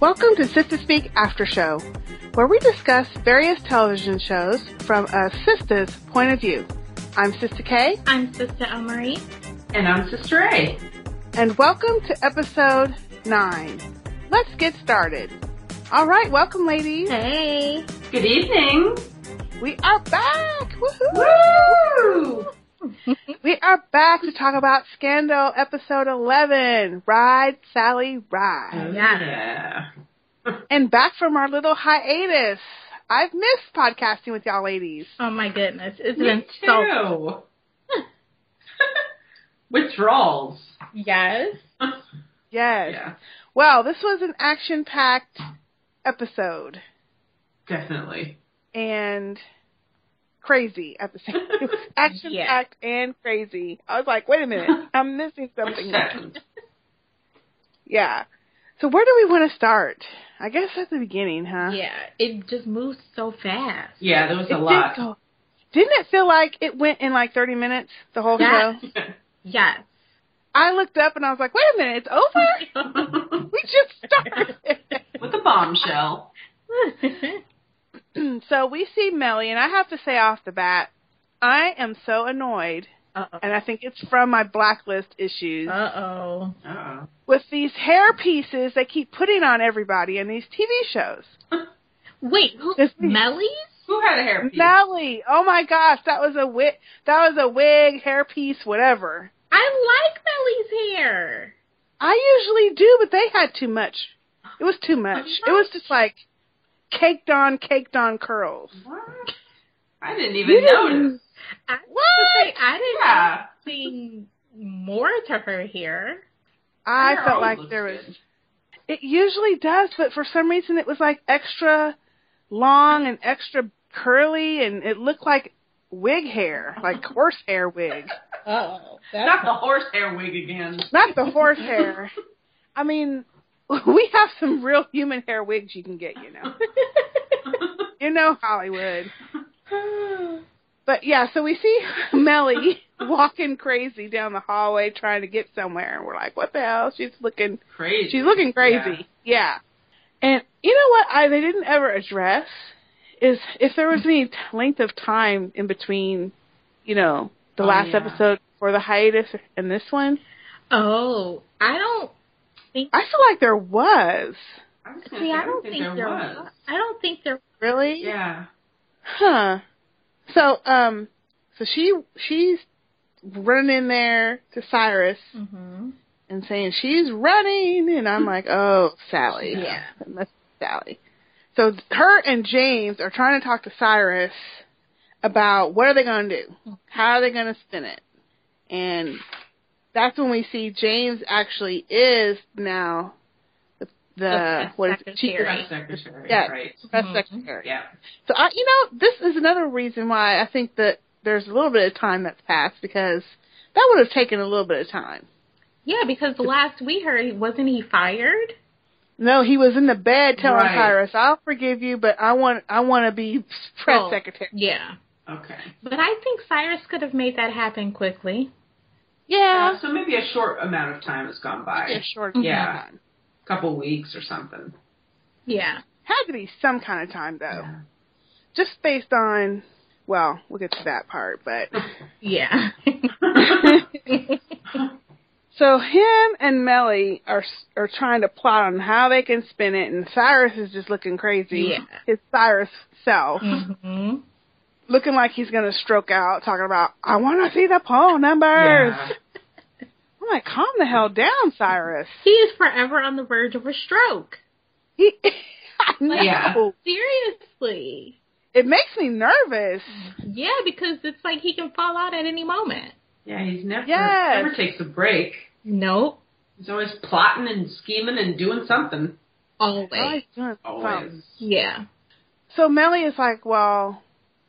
Welcome to Sister Speak After Show, where we discuss various television shows from a sister's point of view. I'm Sister K, I'm Sister Elmarie. And I'm Sister A. and welcome to episode 9. Let's get started. All right, welcome, ladies. Hey. Good evening. We are back. Woo! We are back to talk about Scandal episode 11 Ride, Sally, Ride. Oh, Yeah. And back from our little hiatus. I've missed podcasting with y'all ladies. Oh my goodness. It's Me been so too. Withdrawals. Yes. Yes. Yeah, Well, this was an action packed episode definitely. and crazy episode. It was action packed and crazy. I was like, wait a minute, I'm missing Which something. second? Yeah. So where do we want to start? I guess at the beginning, huh? Yeah. It just moves so fast. Yeah, there was It a did lot. go- Didn't it feel like it went in like 30 minutes, the whole Yes. show? Yes. I looked up and I was like, wait a minute, it's over? We just started. With a bombshell. so we see Melly, and I have to say off the bat, I am so annoyed, Uh and I think it's from my blacklist issues, oh. Uh-oh. with these hair pieces they keep putting on everybody in these TV shows. Wait, who? This- Melly's? Who had a hairpiece? Melly, oh my gosh, that was a wig, that was a wig, hair piece, whatever. I like Melly's hair. I usually do, but they had too much. It was too much. It was just like caked on, caked on curls. What? I didn't even You didn't- notice. I was What? gonna say, I didn't Yeah. have anything more to her hair. I Hair felt always like looks there was good. It usually does, but for some reason it was like extra long and extra curly, and it looked like wig hair, like horsehair wig, Oh. Not the horsehair wig again. not the horse hair. I mean, we have some real human hair wigs you can get, you know, you know Hollywood. But yeah, so we see Melly walking crazy down the hallway trying to get somewhere, and we're like, "What the hell?" She's looking Crazy. She's looking crazy. Yeah. And you know what I they didn't ever address is if there was any t- length of time in between, you know, the Oh, last yeah. episode for the hiatus and this one. oh. I don't think. I feel like there was. I was gonna See, say, I don't think, there was. I don't think there. Really? Yeah. Huh. So um so she she's running in there to Cyrus Mm-hmm. and saying she's running and I'm like, "Oh, Sally." Yeah. That must be Sally. So th- her and James are trying to talk to Cyrus about what are they going to do? How are they going to spin it? And that's when we see James actually is now the, the press what is it? Chief secretary. Press secretary. Yeah. Right. of press Mhm. secretary. Yeah. So I, you know, this is another reason why I think that there's a little bit of time that's passed because that would have taken a little bit of time. Yeah, because the last we heard, wasn't he fired? No, he was in the bed telling Right. Cyrus, "I'll forgive you, but I want I want to be press Oh. secretary." Yeah. Okay. But I think Cyrus could have made that happen quickly. Yeah, So maybe a short amount of time has gone by. a short Mhm. amount Yeah. of time. couple weeks or something. Yeah. Had to be some kind of time though, just based on. Well, we'll get to that part, but Yeah. so him and Melly are are trying to plot on how they can spin it, and Cyrus is just looking crazy. Yeah. His Cyrus self, Mm. hmm looking like he's gonna stroke out, talking about, "I want to see the poll numbers." Yeah. I'm like, calm the hell down, Cyrus. He is forever on the verge of a stroke. He, I know. Yeah. Seriously. It makes me nervous. Yeah, because it's like he can fall out at any moment. Yeah, he's never Yes. never takes a break. Nope. He's always plotting and scheming and doing something. Always. Always doing Always. something. Yeah. So Melly is like, well,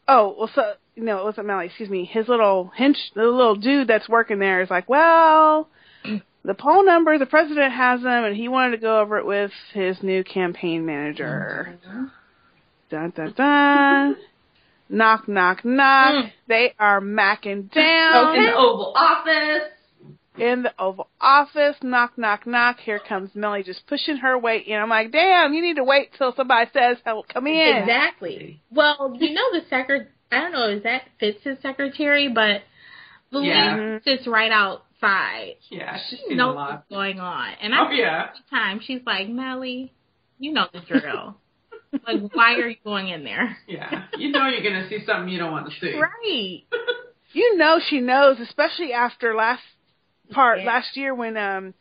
oh, well, so no, it wasn't Melly. Excuse me. His little hench, the little dude that's working there is like, well, the poll number, the president has them, and he wanted to go over it with his new campaign manager. Mm-hmm. Dun dun dun. knock knock knock. Mm. They are macking Oh, down. in the Oval Office. in the Oval Office. Knock, knock, knock. Here comes Melly just pushing her way in. I'm like, damn, you need to wait till somebody says, oh, come in. Exactly. Well, you know the secret. I don't know. Is that Fitz's secretary? But Louise Yeah. sits right outside. Yeah, she's She seen a knows lot. what's going on, and I Oh yeah. every time she's like, "Melly, you know the drill. like, why are you going in there?" Yeah. You know you're gonna see something you don't want to see. Oh, Right. You know she knows, especially after last part Yeah. last year when um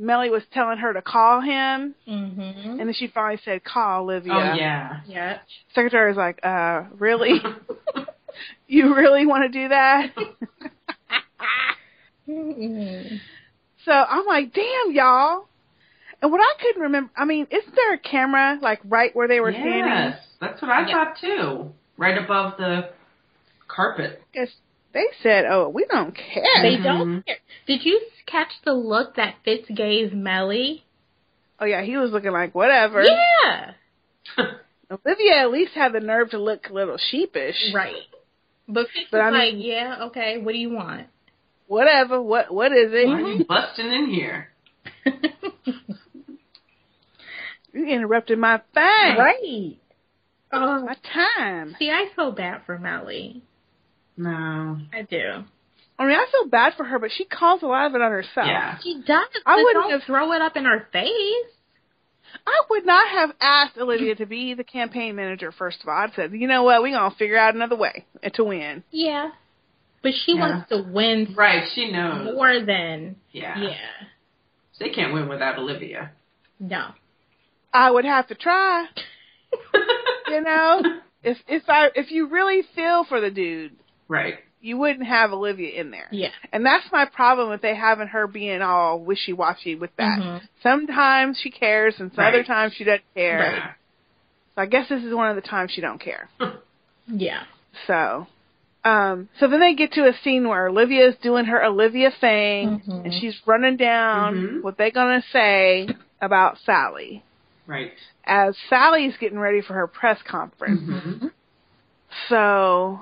Melly was telling her to call him Mhm. and then she finally said, Call Olivia. Oh yeah. Yeah. Secretary was like, Uh, really? you really wanna do that? Mhm. so I'm like, Damn y'all And what I couldn't remember I mean, isn't there a camera like right where they were yes, standing? that's what I Yeah. thought too. Right above the carpet. Because they said, Oh, we don't care. They don't care. Did you catch the look that Fitz gave Melly? oh yeah, he was looking like whatever. Yeah. Olivia at least had the nerve to look a little sheepish. Right. But Fitz But is I like, yeah, okay. What do you want? Whatever, what what is it? Why are you busting in here? You interrupted my thing. right. Oh, My time. see, I feel bad for Melly. No. I do. I mean, I feel bad for her, but she calls a lot of it on herself. Yeah. She does. I but wouldn't don't have- throw it up in her face. I would not have asked Olivia to be the campaign manager, first of all. I'd said, you know what, we're going to figure out another way to win. Yeah. But she Yeah. wants to win Right, she knows. more than Yeah. Oh. yeah. They can't win without Olivia. No. I would have to try, you know? if if I if you really feel for the dude, Right. you wouldn't have Olivia in there. Yeah. And that's my problem with they having her being all wishy-washy with that. Mhm. Sometimes she cares and some Right. other times she doesn't care. Right. So I guess this is one of the times she don't care. Yeah. So, um, so then they get to a scene where Olivia's doing her Olivia thing, Mhm. and she's running down Mhm. what they're gonna say about Sally Right. as Sally's getting ready for her press conference. Mm-hmm. hmm So,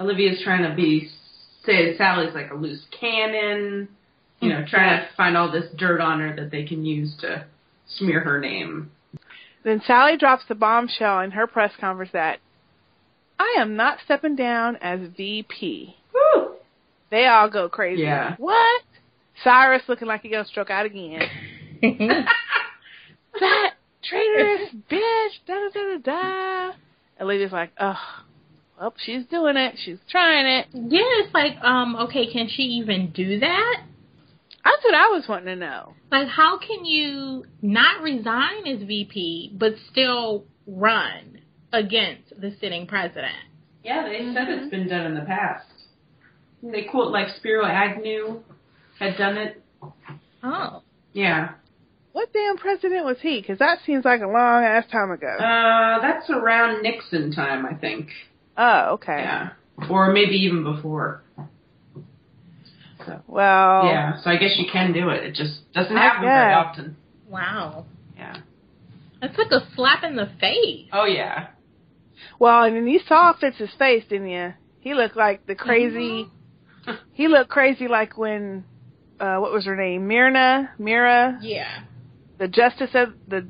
Olivia's trying to be say Sally's like a loose cannon, you know, trying to find all this dirt on her that they can use to smear her name. Then Sally drops the bombshell in her press conference that I am not stepping down as VP. Woo! They all go crazy. Yeah. What? Cyrus looking like he gonna stroke out again. that traitorous bitch. Da da da da da. Olivia's like, ugh. Well, she's doing it. She's trying it. yeah, it's like, um, okay, can she even do that? That's what I was wanting to know. Like how can you not resign as VP but still run against the sitting president? Yeah, they said Mm-hmm. it's been done in the past. They quote like Spiro Agnew had done it. Oh. Yeah. What damn president was he? Because that seems like a long ass time ago. Uh, that's around Nixon time, I think. oh, okay. Yeah. Or maybe even before. Well, Yeah. So I guess you can do it. It just doesn't Oh. I happen very guess. often. Wow. Yeah. That's like a slap in the face. Oh yeah. well, and then you saw Fitz's face, didn't you? He looked like the crazy. Mm-hmm. He looked crazy like when uh what was her name? Mirna, Mira, Yeah. the justice of the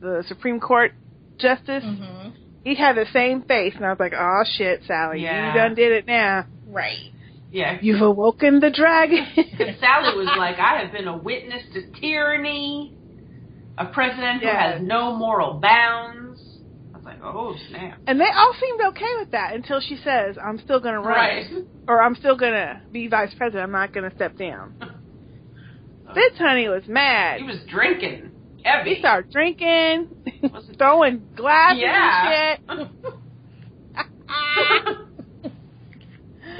the Supreme Court justice. Mm. Mhm. He had the same face and I was like, "Oh shit, Sally, Yeah. you done did it now. Right. Yeah. You've awoken the dragon." Because Sally was like, I have been a witness to tyranny, a president Yeah. who has no moral bounds. I was like, oh snap. and they all seemed okay with that until she says, "I'm still going to run or I'm still going to be vice president. I'm not going to step down." Fitz honey was mad. He was drinking heavy. He started drinking, Wasn't- throwing glasses Yeah. and shit.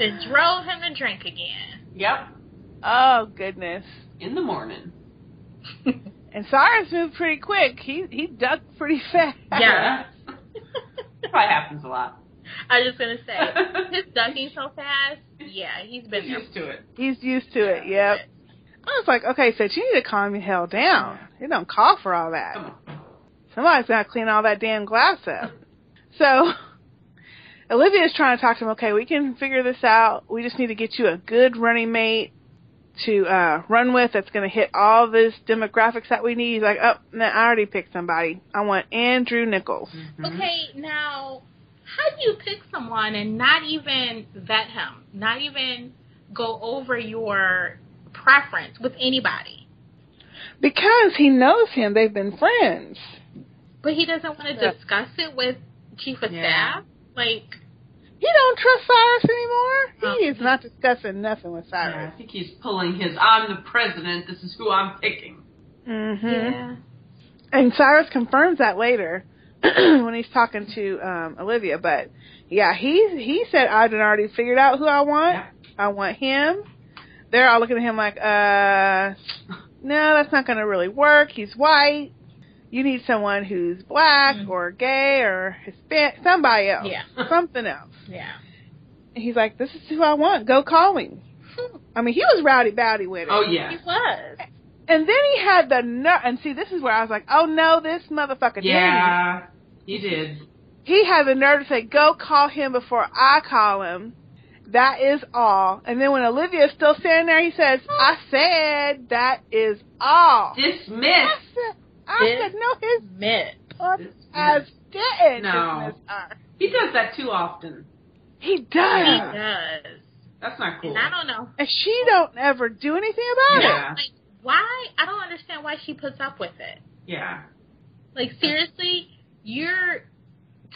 It drove him to drink again. yep. Oh goodness. In the morning. And Cyrus moved pretty quick. He he ducked pretty fast. Yeah. Probably happens a lot. I was just gonna say his ducking so fast. Yeah, he's been there. used to it. He's used to it. Yep. I was like, okay, so you need to calm the hell down. It don't call for all that. Come on. Somebody's got to clean all that damn glass up. So Olivia's trying to talk to him. Okay, we can figure this out. We just need to get you a good running mate to uh run with that's going to hit all this demographics that we need. He's like, oh, no, I already picked somebody. I want Andrew Nichols. Mm-hmm. Okay, now how do you pick someone and not even vet him, not even go over your preference with anybody? Because he knows him. They've been friends. But he doesn't want to Yeah. discuss it with chief of Yeah. staff. Like, He don't trust Cyrus anymore. He Oh. is not discussing nothing with Yeah, Cyrus. I think he's pulling his I'm the president, this is who I'm picking. Mm-hmm. yeah, And Cyrus confirms that later when he's talking to um Olivia. But yeah, he he said I've already figured out who I want. Yep. I want him. They're all looking at him like, uh, no, that's not going to really work. He's white. You need someone who's black Mm-hmm. Mhm. or gay or Hispanic, somebody else, yeah, something else. yeah. And he's like, this is who I want. Go call him. I mean, he was rowdy bowdy with it. Oh Hmm, He yeah. was. And then he had the nerve. And see, this is where I was like, oh no, this motherfucker. did. Yeah. He did. he had the nerve to say, "Go call him before I call him." That is all. And then when Olivia's still standing there, he says, "I said that is all." I Dismissed. said, I Yes. said no, his Mitt. butt ass Dismissed. didn't No. dismiss her. He does that too often. He does, He Yeah. does. That's not cool. And I don't know. and she don't ever do anything about it. Yeah. Like, why? I don't understand why she puts up with it. Yeah. Like, seriously, your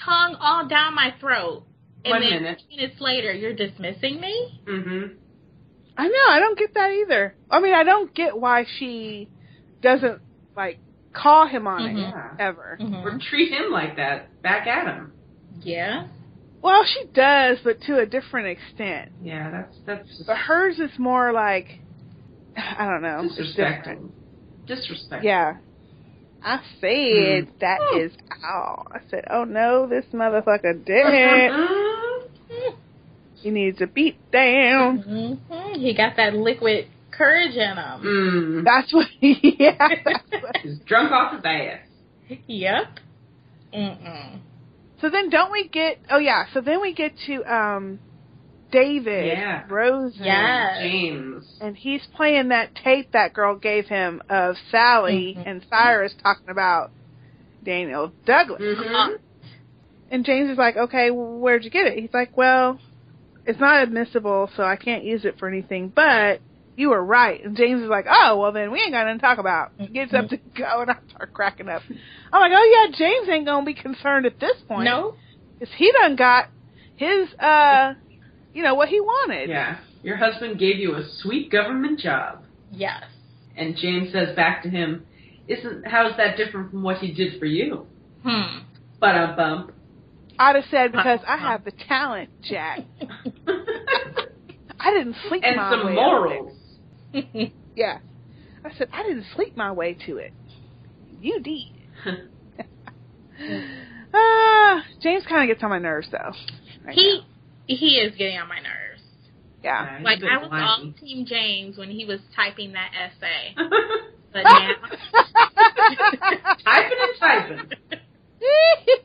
tongue all down my throat. And One then minute. two minutes later, you're dismissing me? Mhm. I know. I don't get that either. I mean, I don't get why she doesn't like call him on Mhm. it Yeah. ever. Or treat him like that. Back at him. Yeah. Well, she does, but to a different extent. Yeah, that's that's just But hers is more like I don't know. It's different. disrespectful. Disrespectful. Yeah. I said that is all. I said, Oh no, this motherfucker didn't. Mm-hmm. he needs a beat down. hmm He got that liquid courage in him. Mm. That's what yeah. That's what. He's drunk off his ass. yep. Mm-mm. So then don't we get oh yeah, so then we get to um David Yeah. Rose Yes. James. and he's playing that tape that girl gave him of Sally Mhm. and Cyrus talking about Daniel Douglas. Mhm. And James is like, okay, well, where'd you get it? He's like, well, it's not admissible, so I can't use it for anything, but you were right. And James is like, oh, well, then we ain't got nothing to talk about. Mm-hmm. Gets up to go, and I start cracking up. I'm like, oh, yeah, James ain't going to be concerned at this point. No. 'Cause he done got his, uh, you know, what he wanted. Yeah. Your husband gave you a sweet government job. Yes. And James says back to him, Isn't how's that different from what he did for you? Hmm. But a bump. I'd have said, Uh-huh. because I have the talent, Jack. I didn't sleep and my way some up there. morals. Yeah. I said, I didn't sleep my way to it. You did. Uh, James kind of gets on my nerves, though. right he he is getting on my nerves. now. Yeah, he's a Like bit I was all whiny. Team James when he was typing that essay, but now typing and typing.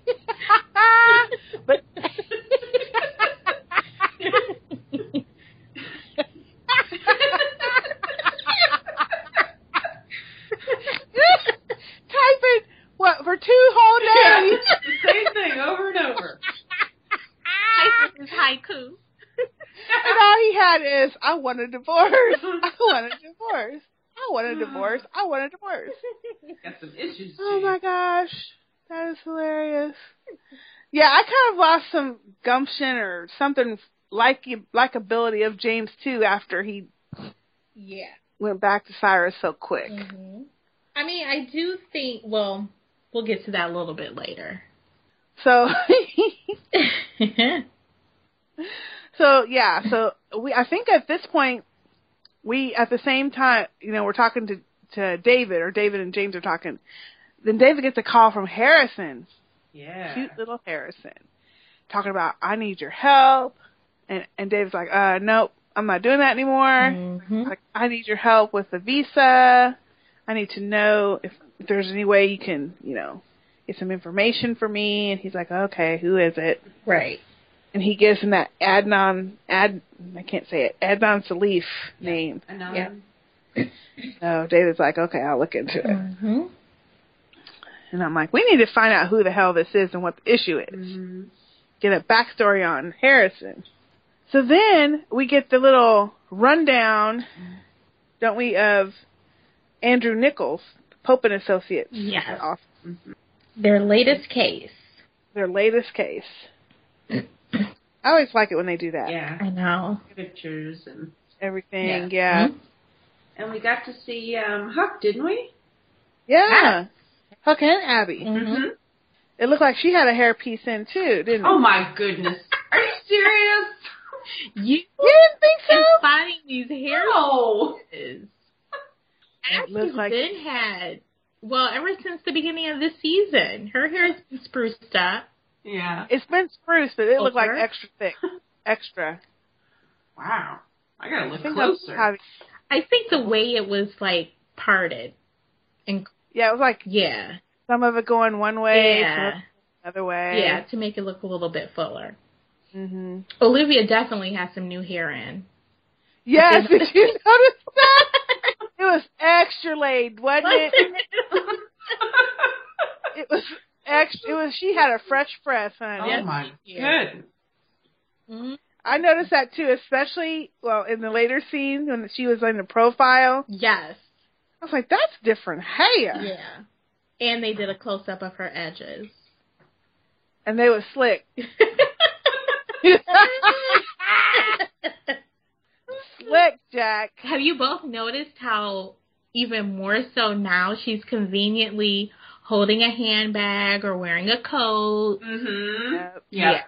Yeah. but typing what for two Yeah, whole days? it's the same thing over and over. typing his haiku. And all he had is, I want a divorce. I want a divorce. I want a divorce. I want a divorce. Got some issues. Oh Jane. my gosh, that is hilarious. Yeah, I kind of lost some gumption or something like likability of James too after he Yeah. went back to Cyrus so quick. hmm I mean, I do think. Well, we'll get to that a little bit later. So, yeah. so yeah, so we I think at this point we at the same time you know we're talking to to David or David and James are talking. Then David gets a call from Harrison Yeah. cute little Harrison talking about I need your help and and Dave's like, uh nope, I'm not doing that anymore. Mm-hmm. Like I need your help with the visa. I need to know if there's any way you can, you know, get some information for me and he's like, Okay, who is it? Right. and he gives him that Adnan Ad I can't say it Adnan Salif name. Another Yeah. So David's like, okay, I'll look into it, Mm-hmm. and I'm like, we need to find out who the hell this is and what the issue is. Mhm. Get a backstory on Harrison. So then we get the little rundown, don't we, of Andrew Nichols, Pope and Associates, Yes. off Their latest case. their latest case. I always like it when they do that. Yeah. I know. Pictures and Everything, yeah. Mhm. and we got to see um Huck, didn't we? Yeah. Huck and Abby. Mhm. Mhm. It looked like she had a hair piece in too, didn't Oh it? my goodness. Are you serious? You You didn't think so? and finding these hair No. pieces. It looks Ashley's like- been had. Well, ever since the beginning of the season, her hair's been spruced up. Yeah. It's been spruce, but it looked like Over. extra thick. Extra. Wow. I gotta look I think that's closer. how- I think the way it was like parted, and yeah, it was like yeah, some of it going one way, some of yeah, it another way. yeah, to make it look a little bit fuller. Mm-hmm. hmm Olivia definitely has some new hair in. Yes, did you notice that? It was extra laid, wasn't it? It was extra. It was. She had a fresh press, honey. oh Yes, my yeah. goodness. Mhm. I noticed that too, especially well in the later scene when she was in the profile. Yes, I was like, that's different hair. yeah, and they did a close up of her edges. And they were slick. slick, Jack. Have you both noticed how even more so now she's conveniently holding a handbag or wearing a coat? Mhm. Yep. Yep. Yeah.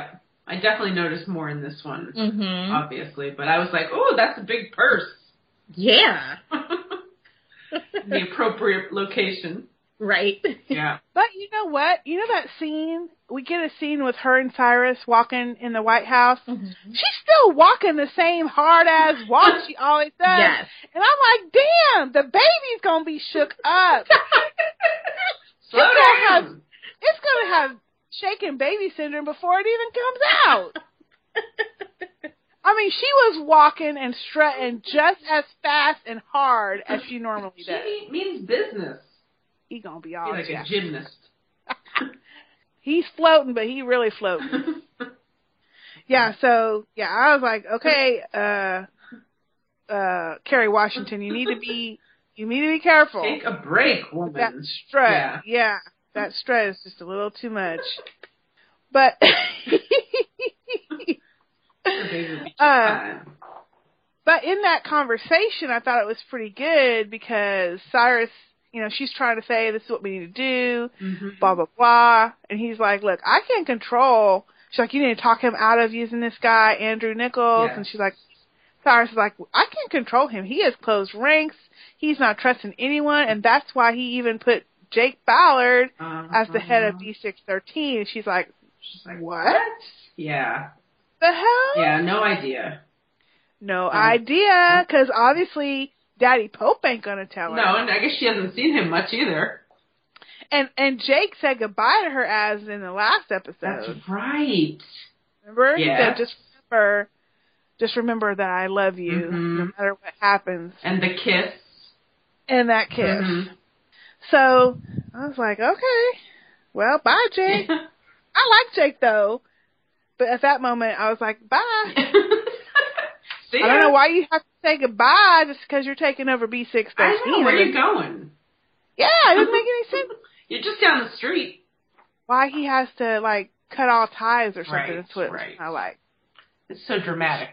Yep. I definitely noticed more in this one, Mm-hmm. obviously, but I was like, "Oh, that's a big purse." Yeah. the appropriate location. right. Yeah. But you know what? You know that scene? We get a scene with her and Cyrus walking in the White House. Mm-hmm. Mm-hmm. She's still walking the same hard ass walk she always does. Yes. And I'm like, damn, the baby's gonna be shook up. Slow Yeah. down. it's gonna have shaken baby syndrome before it even comes out. I mean, she was walking and strutting just as fast and hard as she normally She does. mean- means business. He gonna be Be all like a jacked. gymnast. He's floating, but he really floating. Yeah, so yeah, I was like, okay, uh uh Carrie Washington, you need to be you need to be careful. Take a break, that woman. strut. Yeah. Yeah. that strut is just a little too much. But The baby will be uh, fine. but in that conversation, I thought it was pretty good because Cyrus, you know, she's trying to say this is what we need to do, Mhm. blah blah blah, and he's like, look, I can't control. She's like, you need to talk him out of using this guy, Andrew Nichols, Yeah. and she's like, Cyrus is like, I can't control him. He has closed ranks. He's not trusting anyone, and that's why he even put Jake Ballard as the head of Uh-huh. D613. She's like, She's like, what Yeah. the hell? Yeah, Uh-huh. no idea. No idea, because obviously Daddy Pope ain't gonna tell her. No, and I guess she hasn't seen him much either. And and Jake said goodbye to her as in the last episode. That's right. remember? Yeah. He said, just remember, just remember that I love you, no Mhm. matter what happens. And the kiss. And that kiss. Mhm. So I was like, okay, well, bye, Jake. I like Jake though, but at that moment I was like, bye. See I don't ya. know why you have to say goodbye just because you're taking over B six I know. Where you thirteen. going? Yeah, it doesn't make any sense. You're just down the street. Why he has to like cut all ties or something? Right, that's what right. I like. It's so dramatic.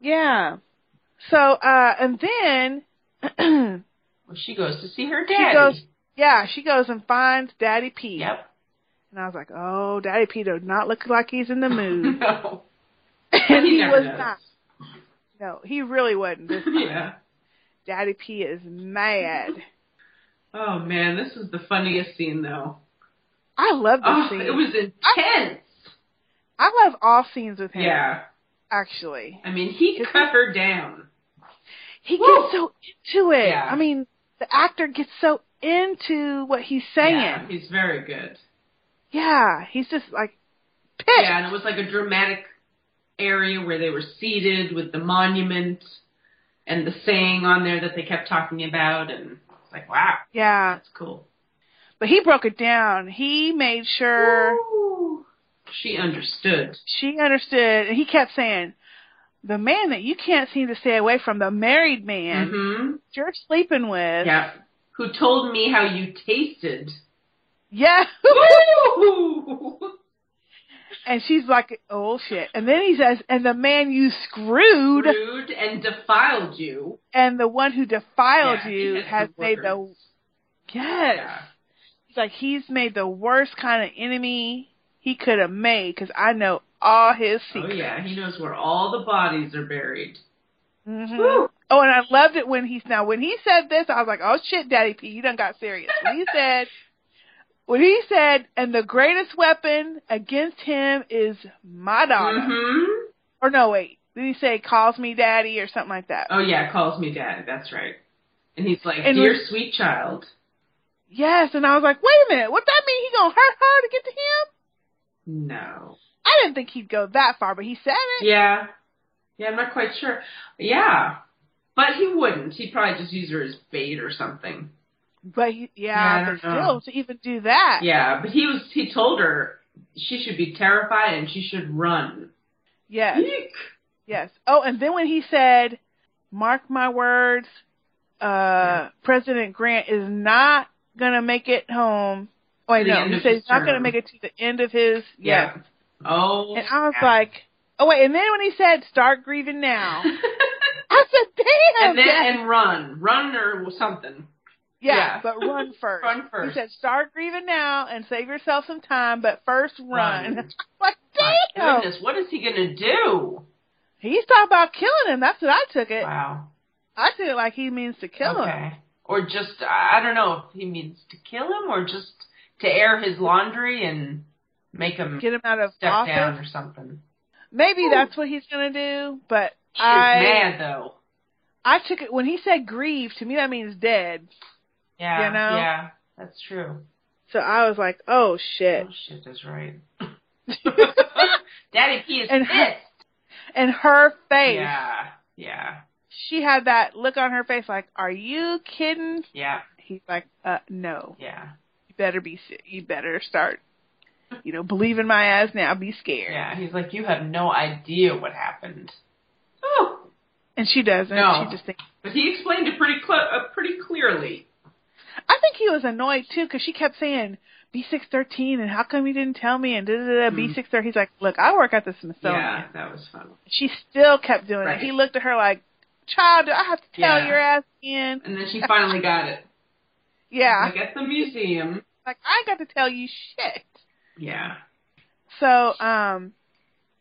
Yeah. So uh and then Well, she goes to see her She daddy. goes- yeah, she goes and finds Daddy P. Yep. And I was like, oh, Daddy P does not look like he's in the mood, no. and He he, never was does. not. No, he really wasn't. This time. yeah. Daddy P is mad. Oh man, this is the funniest scene though. I love this Oh, scene. it was intense. I love all scenes with him. Yeah. Actually, I mean, he It's- cut her down. he Woo! gets so into it. Yeah. I mean, the actor gets so into what he's saying. Yeah, he's very good. Yeah, he's just like pissed. Yeah, and it was like a dramatic area where they were seated with the monument and the saying on there that they kept talking about, and it's like, wow, Yeah. that's cool. But he broke it down. He made sure Ooh. She understood. she understood, and he kept saying, "The man that you can't seem to stay away from, the married man Mm-hmm. that you're sleeping with." Yeah. Who told me how you tasted? Yeah. Woo! and she's like, "Oh shit!" And then he says, "And the man you screwed, Rude and defiled you. and the one who defiled Yeah, he you had has good made the words. yes." Yeah. He's like, "He's made the worst kind of enemy he could have made, because I know all his Oh secrets." yeah, he knows where all the bodies are buried. Mhm. Woo! Oh, and I loved it when he's now when he said this, I was like, "Oh shit, Daddy P, you done got serious." When he said, when he said, and the greatest weapon against him is my daughter. Mm-hmm. Or no, wait, did he say calls me daddy or something like that? Oh yeah, calls me dad. That's right. And he's like, And dear when- sweet child. Yes, and I was like, wait a minute, what that mean? He gonna hurt her to get to him? No. I didn't think he'd go that far, but he said it. Yeah. Yeah, I'm not quite sure. Yeah. But he wouldn't. He'd probably just use her as bait or something. But he, Yeah, I yeah, but don't know. still to even do that. Yeah, but he was. He told her she should be terrified and she should run. Yes, Eek. yes. Oh, and then when he said, "Mark my words, uh, Yeah. President Grant is not gonna make it home." oh, Wait, To the no, end he of said his he's not gonna term. make it to the end of his. Yes. Oh. And I was like, oh wait. And then when he said, "Start grieving now," I said, "Damn." and then Oh, yes. and run, run or something. Yeah, Yeah. but run first. Run He first. said, start grieving now and save yourself some time, but first run. Run. like, My damn! goodness, what is he gonna do? He's talking about killing him. That's what I took it. Wow. I took it like he means to kill him. okay. Or just I I don't know if he means to kill him or just to air his laundry and make him Get him out of step office. down or something. Maybe Ooh. that's what he's going to do, but She's I mad though. I took it when he said grieve, to me that means dead. Yeah. You know? Yeah. That's true. So I was like, oh shit. Oh shit, that's right. Daddy P is And pissed. her And her face, Yeah. Yeah. she had that look on her face like, are you kidding? Yeah. He's like, uh, no. Yeah. you better be se- you better start you know believe in my ass now be scared Yeah. He's like, you have no idea what happened. Oh. and she doesn't No. she just thinks But he explained it pretty cl- uh, pretty clearly. i think he was annoyed too because she kept saying b613 and how come you didn't tell me and da da da Hmm. b613 he's like look i work at the smithsonian yeah, that was fun. she still kept doing Right. it he looked at her like child do i have to tell Yeah. your ass again And then she finally got it. yeah Like at the museum. like i got to tell you shit Yeah. So, um,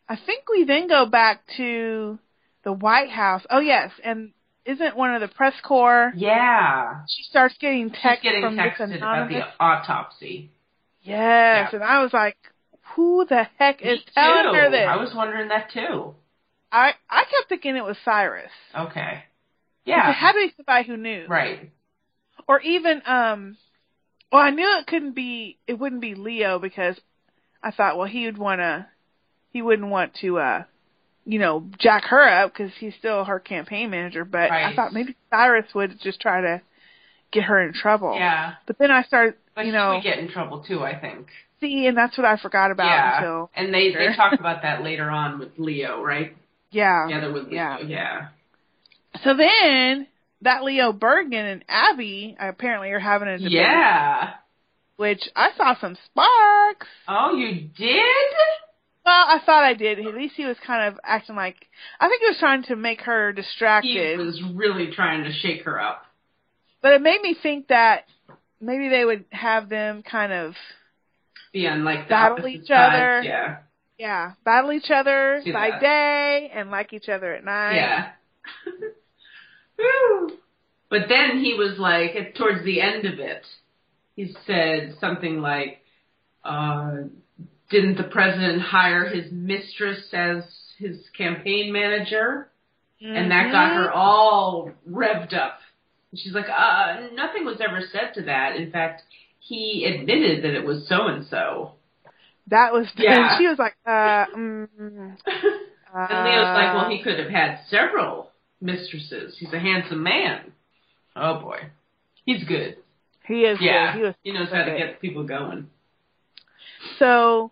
I think we then go back to the White House. Oh yes, and isn't one of the press corps? Yeah. She starts getting She's text getting from this texted about anonymous. the autopsy. yes, Yeah. and I was like, who the heck is Me telling too. her this? I was wondering that too. I I kept thinking it was Cyrus. Okay. It Yeah. had to be somebody who knew, Right. or even um. Well, I knew it couldn't be. It wouldn't be Leo because I thought, well, he would want to. He wouldn't want to, uh, you know, jack her up because he's still her campaign manager. But I Right. thought maybe Cyrus would just try to get her in trouble. Yeah. But then I started, But Oh. you she know, would get in trouble too, I think. see, and that's what I forgot about yeah. until and they later. they talk about that later on with Leo, right? yeah. Yeah, there was Leo. yeah. Yeah. So then that Leo Bergen and Abby apparently are having a debate, Yeah. which I saw some sparks. Oh, you did? Well, I thought I did. At least he was kind of acting like I think he was trying to make her He distracted. was really trying to shake her up. But it made me think that maybe they would have them kind of Be on like the Battle opposite each sides. other. Yeah. yeah, battle each other See by that. day and like each other at night. Yeah. Woo. But then he was like, at- towards the end of it, he said something like, uh, didn't the president hire his mistress as his campaign manager? And that got Mm-hmm. her all revved up. And she's like, uh, nothing was ever said to that. In fact, he admitted that it was so and so. That was Yeah. she was like, uh, mm, uh, And Leo's like, well, he could have had several mistresses. He's a handsome man. Oh boy, he's good. uh, he is Yeah, good. He was he knows how to okay. get people going. So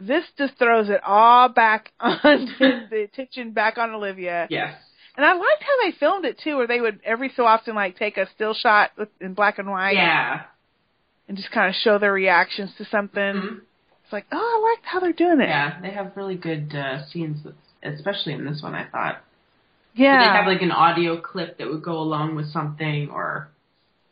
this just throws it all back on the attention back on Olivia. Yes. And I liked how they filmed it too, where they would every so often like take a still shot with, in black and white yeah. and just kind of show their reactions to something. Mhm. It's like, oh, I liked how they're doing it. Yeah, they have really good uh, scenes, with- especially in this one. I thought. Did Yeah. they have like an audio clip that would go along with something, or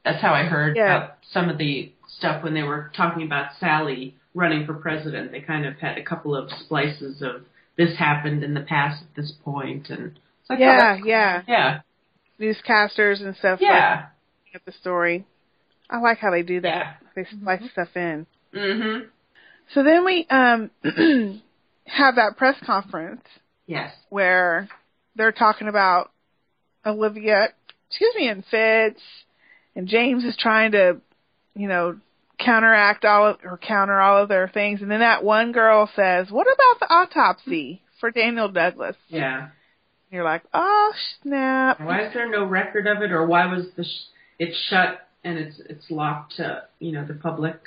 that's how I heard Yeah. about some of the stuff when they were talking about Sally running for president. They kind of had a couple of splices of this happened in the past at this point, and it's like, oh, yeah, that's cool. yeah. yeah, Newscasters and stuff. Like, yeah. looking at the story. I like how they do that. They splice stuff in. Mm-hmm. So then we um have that press conference Yes. where they're talking about Olivia, excuse me, and Fitz, and James is trying to, you know, counteract all of, or counter all of their things. And then that one girl says, "What about the autopsy for Daniel Douglas?" Yeah. And you're like, "Oh snap!" Why is there no record of it, or why was the sh- it's shut and it's it's locked to you know the public?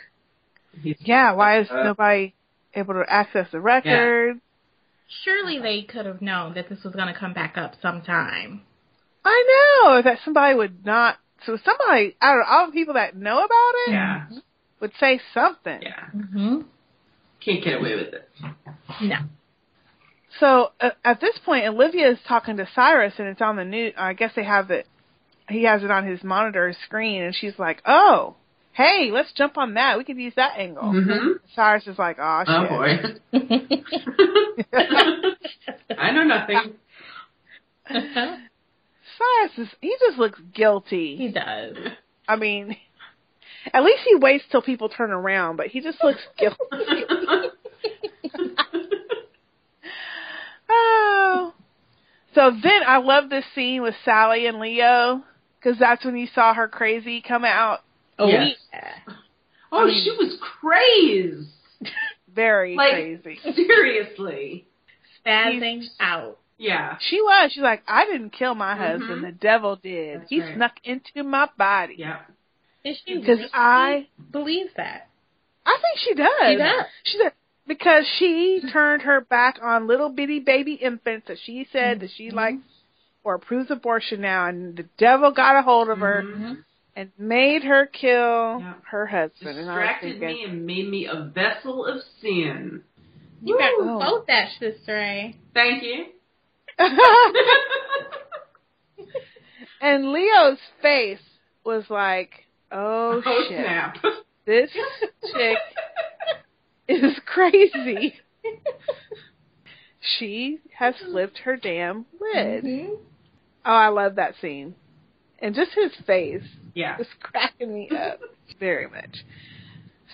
He's, Yeah, why is Uh, nobody able to access the record? Surely they could have known that this was going to come back up sometime. I know that somebody would not. So somebody out of all the people that know about it yeah. would say something. Yeah. Mm-hmm. Can't get away with it. No. So uh, at this point, Olivia is talking to Cyrus, and it's on the news. I guess they have it. He has it on his monitor his screen, and she's like, "Oh, hey, let's jump on that. We could use that angle." Mm-hmm. Cyrus is like, "Oh Oh shit." boy. I know nothing. Cyrus is he just looks guilty. he does. I mean, at least he waits till people turn around, but he just looks guilty. Oh. So then I love this scene with Sally and Leo because that's when you saw her crazy come out. Oh, Yes. yeah. oh, she was crazed. Very Like crazy. seriously. Spazzing out. Yeah. She was. She's like, I didn't kill my Mhm. husband. The devil did. That's he right. snuck into my body. Yeah. Did she Because really I, believe that? I think she does. She does. She said because she turned her back on little bitty baby infants that she said that Mm-hmm. she likes or approves abortion now, and the devil got a hold of her Mm-hmm. Mhm. and made her kill Yeah. her husband. and I was Distracted thinking, me and made me a vessel of sin. You got to Woo. quote that, Sister eh? A. Thank you. and Leo's face was like, "Oh, oh shit, snap. this chick is crazy. she has flipped her damn lid." Mhm. Oh, I love that scene, and just his face yeah. was cracking me up very much.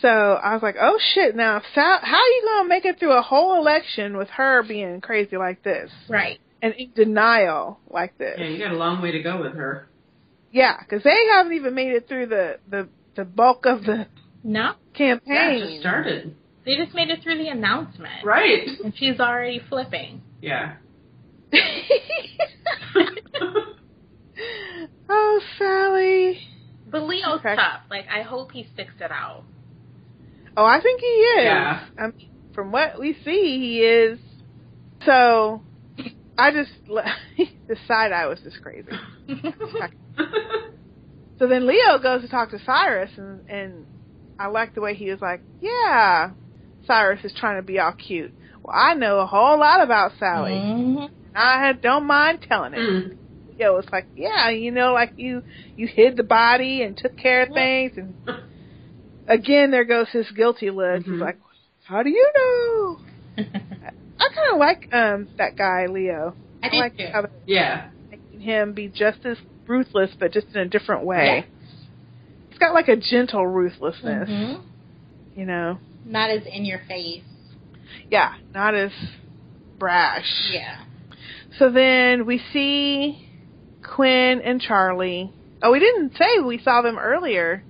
So I was like, "Oh shit! Now, Sal- how are you gonna make it through a whole election with her being crazy like this Right. and in denial like this?" Yeah, you got a long way to go with her. Yeah, because they haven't even made it through the the the bulk of the No. campaign. That just started. They just made it through the announcement. Right. And she's already flipping. Yeah. oh, Sally. But Leo's Okay. tough. Like, I hope he sticks it out. Oh, I think he is. Yeah. I mean, from what we see, he is. So, I just the side eye was just crazy. So then Leo goes to talk to Cyrus, and and I like the way he was like, "Yeah, Cyrus is trying to be all cute." Well, I know a whole lot about Sally. Mhm. and I don't mind telling it. Mm. it was like, yeah, you know, like you you hid the body and took care of Yeah. things, and again there goes his guilty look. Mhm. He's like, how do you know? I kind of like um that guy Leo. I did like too. how they're Yeah. making him be just as ruthless, but just in a different way. He's got like a gentle ruthlessness, Mhm. you know. Not as in your face. Yeah, not as brash. Yeah. So then we see Quinn and Charlie. Oh, we didn't say we saw them earlier,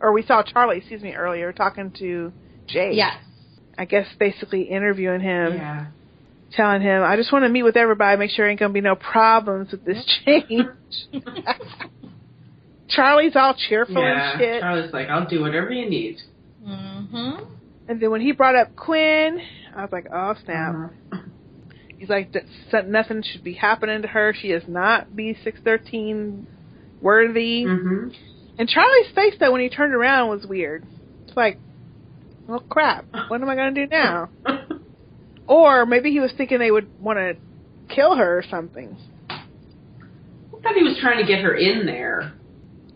or we saw Charlie, excuse me, earlier talking to Jake. Yes. I guess basically interviewing him, Yeah. telling him, I just want to meet with everybody, make sure ain't gonna be no problems with this change. Charlie's all cheerful Yeah. and shit. Charlie's like, I'll do whatever you need. Mm-hmm. And then when he brought up Quinn, I was like, oh snap. Uh-huh. Mm-hmm. He's like, that so- nothing should be happening to her. She is not B613 worthy. Mm-hmm. And Charlie's face, though, when he turned around was weird. It's like, well, crap. What am I going to do now? Or maybe he was thinking they would want to kill her or something. I thought he was trying to get her in there.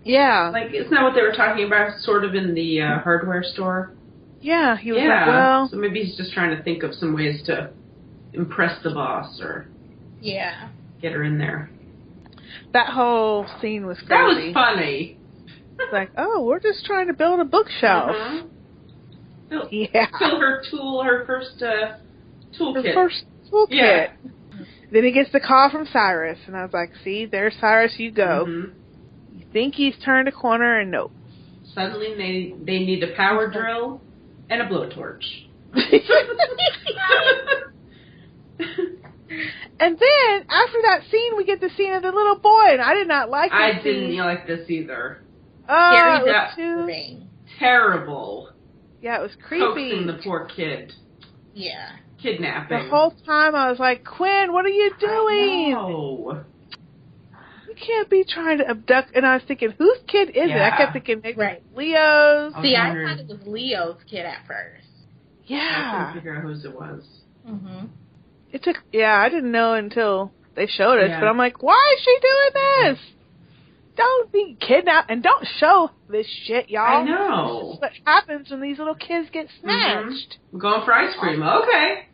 Yeah. Like, isn't that what they were talking about? Sort of in the uh, hardware store. Yeah. He was yeah. like, well, so maybe he's just trying to think of some ways to impress the boss or Yeah. get her in there. that whole scene was crazy. That was funny. It's like, oh, we're just trying to build a bookshelf. Mhm. Yeah. Still her tool, her first uh, Her toolkit. first toolkit. Yeah. Then he gets the call from Cyrus, and I was like, see, there's Cyrus, you go. Mhm. You think he's turned a corner, and nope. Suddenly they they need a power drill and a blowtorch. And then after that scene, we get the scene of the little boy, and I did not like. that I didn't Scene. like this either. Oh, it Very was dark. too. Terrible. Yeah, it was creepy. Coaxing the poor kid. Yeah. Kidnapping. The whole time I was like, Quinn, what are you doing? No. You can't be trying to abduct. And I was thinking, whose kid is it? Yeah. Oh, I kept thinking, maybe Right. Leo's. I was See, I wondering- thought it was Leo's kid at first. I couldn't Yeah, figure out whose it was. Mm-hmm. it took. Yeah, I didn't know until they showed us. Yeah. But I'm like, why is she doing this? Don't be kidnapped and don't show this shit, y'all. I This know. Mm-hmm. is what happens when these little kids get snatched. We're going for ice cream. Okay.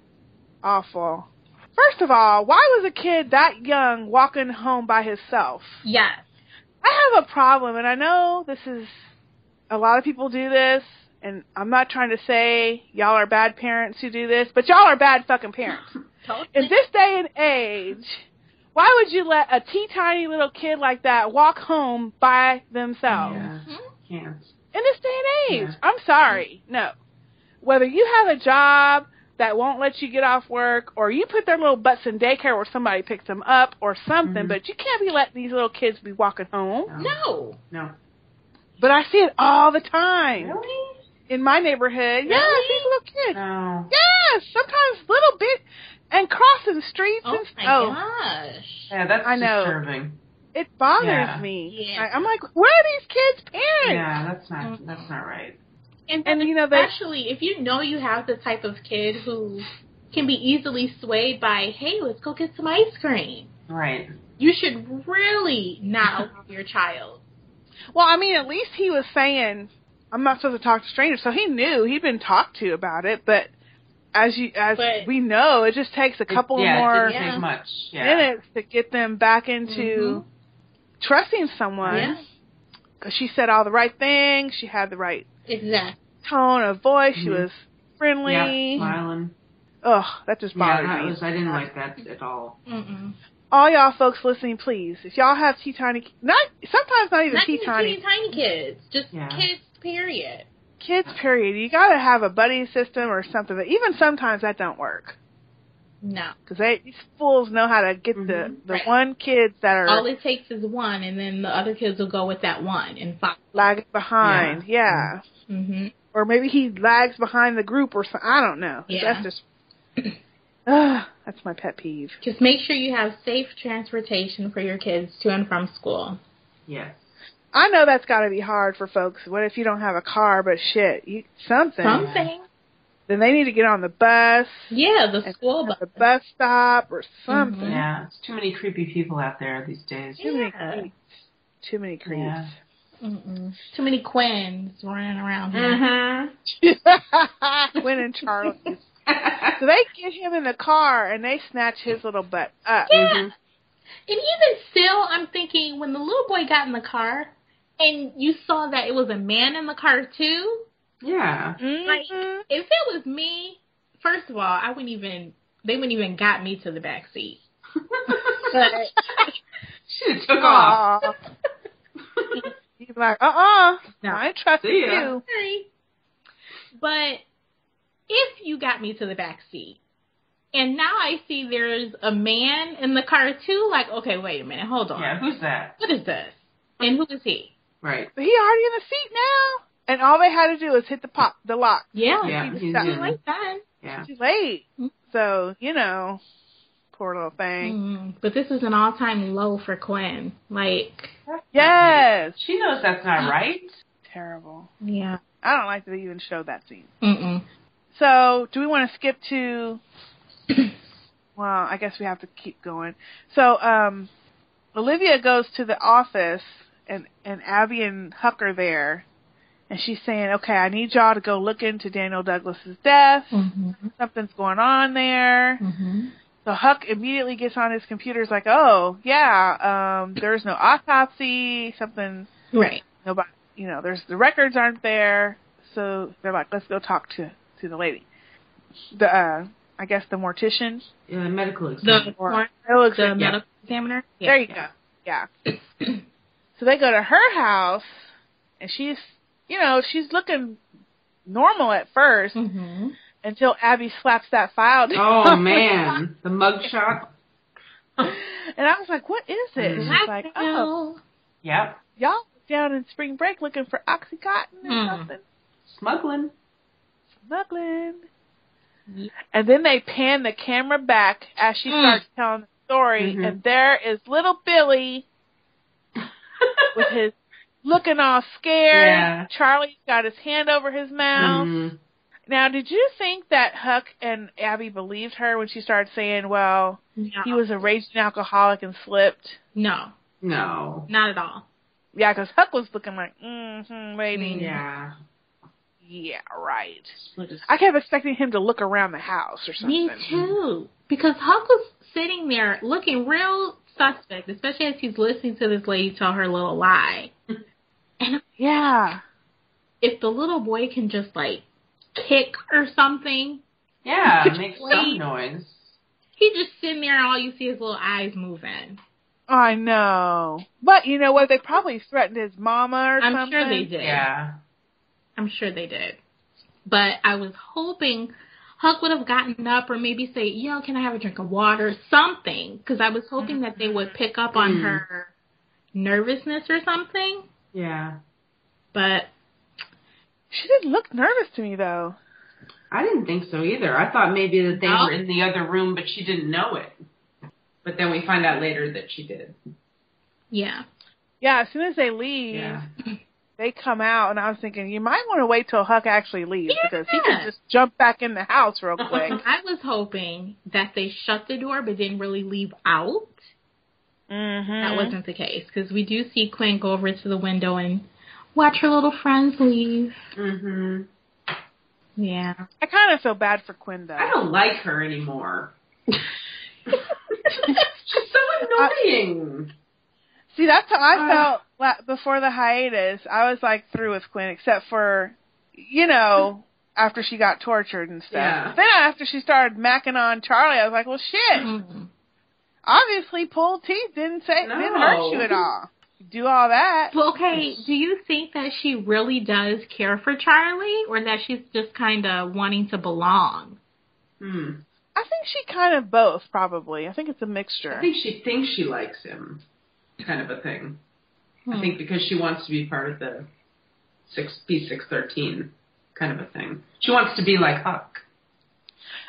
Awful. First of all, why was a kid that young walking home by himself? Yes. I have a problem, and I know this is a lot of people do this, and I'm not trying to say y'all are bad parents who do this, but y'all are bad fucking parents. Totally. In this day and age, why would you let a tea tiny little kid like that walk home by themselves? Yeah. Mhm. Can't. in this day and age. Yeah. I'm sorry. No. Whether you have a job that won't let you get off work or you put their little butts in daycare where somebody picks them up or something, Mhm. but you can't be letting these little kids be walking Oh. home. No. No. But I see it all the time Really? in my neighborhood. Yes, these little kids. No. Yes, sometimes little bit and crossing streets Oh and my oh, gosh. Yeah, that's I know. disturbing. it bothers Yeah. me. Yeah. I- I'm like, where are these kids' parents? Yeah, that's not that's not right. And, And you know they especially if you know you have the type of kid who can be easily swayed by, hey, let's go get some ice cream. Right. You should really not allow your child. Well, I mean, at least he was saying I'm not supposed to talk to strangers, so he knew he'd been talked to about it. But as you as But- we know, it just takes a couple yeah, more It didn't Yeah. take much. Yeah. Mm-hmm. minutes to get them back into trusting someone. Yeah. Because she said all the right things, she had the right Exactly. tone of voice, she Mhm. was friendly. Yeah, smiling. Ugh, that just bothered yeah, that me. was, I didn't like that at all. Mm-mm. all y'all folks listening, please, if y'all have tea tiny, not sometimes not even Not tea even tiny, teeny tiny kids, just Yeah. kids. Period. kids period you gotta have a buddy system or something but even sometimes that don't work No. because they these fools know how to get the Mhm. the Right. one kids that are Mm-hmm. All it takes is one, and then the other kids will go with that one and follow. lagging behind yeah, hmm or maybe he lags behind the group or something i don't know Yeah. that's just Ugh, that's my pet peeve Just make sure you have safe transportation for your kids to and from school. Yes. i know that's gotta be hard for folks what if you don't have a car but shit you something Something. then they need to get on the bus Yeah, the and school bus. at the bus stop or something Mhm. Yeah. It's too many creepy people out there these days. too many Yeah. creeps too many creeps Yeah. Mm-mm. Too many Quins running around. here. Mm-hmm. Gwen and Charlie. So they get him in the car and they snatch his little butt up. Yeah. Mm-hmm. And even still, I'm thinking when the little boy got in the car and you saw that it was a man in the car too, yeah. Mhm. if it was me, first of all, I wouldn't even, they wouldn't even got me to the back seat. Should have took off. uh-uh. Aw. He's like, uh uh No. I ain't trusting See ya. you. Sorry. But if you got me to the back seat. And now I see there's a man in the car too. Like, okay, wait a minute, hold on. Yeah, who's that? What is this? And who is he? Right. But he already in the seat now. And all they had to do is hit the pop, the lock. Yeah, Yeah, he's Oh, She's he's in. like that. Yeah. She's late. Mhm. So, you know, poor little thing. Mm, but this is an all-time low for Quinn. Like, Yes. She knows that's not right. Terrible. yeah. I don't like that they even showed that scene. Mm-mm. So, do we want to skip to? well, I guess we have to keep going. So, um, Olivia goes to the office, and and Abby and Huck are there, and she's saying, "Okay, I need y'all to go look into Daniel Douglas's death. Mm-hmm. Something's going on there." Mm-hmm. So Huck immediately gets on his computer. Is like, "Oh yeah, um, there's no autopsy. Something Right. nobody, you know, there's the records aren't there, so they're like, let's go talk to to the lady, the uh, I guess the mortician. Yeah, medical The, exam. Or- the medical examiner. Yeah, there you yeah. go, yeah. so they go to her house, and she's, you know, she's looking normal at 1st Mm-hmm. until Abby slaps that file. Down. Oh man, the mugshot. and I was like, what is it? And Mm-hmm. she's like, oh, Yep. y'all was down in spring break looking for oxycontin and Mm. something. Smuggling. smuggling. Yeah. And then they pan the camera back as she Mm. starts telling the story, Mhm. and there is little Billy with his looking all scared. Yeah. Charlie's got his hand over his mouth. Mhm. Now, did you think that Huck and Abby believed her when she started saying, "Well, No. he was a raging alcoholic and slipped"? no, No. not at all. Yeah, 'cause Huck was looking like, "Mm-hmm, baby." Mm. Yeah. Yeah, right. Split his- I kept expecting him to look around the house or something. Me too. Because Huck was sitting there looking real suspect, especially as he's listening to this lady tell her little lie. Yeah. If the little boy can just like kick or something, Yeah, make some Wait. noise. he just sitting there and all you see is little eyes moving. I know. But you know what? They probably threatened his mama or I'm something. sure they did. Yeah. I'm sure they did. But I was hoping Huck would have gotten up or maybe say, yo, can I have a drink of water? Something. Because I was hoping that they would pick up on Mm-hmm. Mm. her nervousness or something. Yeah. But She didn't look nervous to me though. I didn't think so either. I thought maybe that they No. were in the other room, but she didn't know it. But then we find out later that she did. yeah. Yeah, as soon as they leave, Yeah. they come out, and I was thinking you might want to wait till Huck actually leaves because he Yeah. can just jump back in the house real quick. I was hoping that they shut the door but didn't really leave out. mm-hmm. That wasn't the case because we do see Quinn go over to the window and watch her little friends leave. Mhm. Yeah. I kind of feel bad for Quinn though. I don't like her anymore. She's so annoying. See, that's how I Uh. felt la- before the hiatus. I was like through with Quinn, except for, you know, after she got tortured and stuff. Yeah. Then after she started macking on Charlie, I was like, well, shit. Mm. obviously pulled teeth didn't say No. didn't hurt you at all. Do all that. Well, okay, do you think that she really does care for Charlie or that she's just kind of wanting to belong? Hmm. I think she kind of both probably. I think it's a mixture. I think she thinks she likes him, kind of a thing. I Hmm. think because she wants to be part of the six B six thirteen kind of a thing. She wants to be like Huck.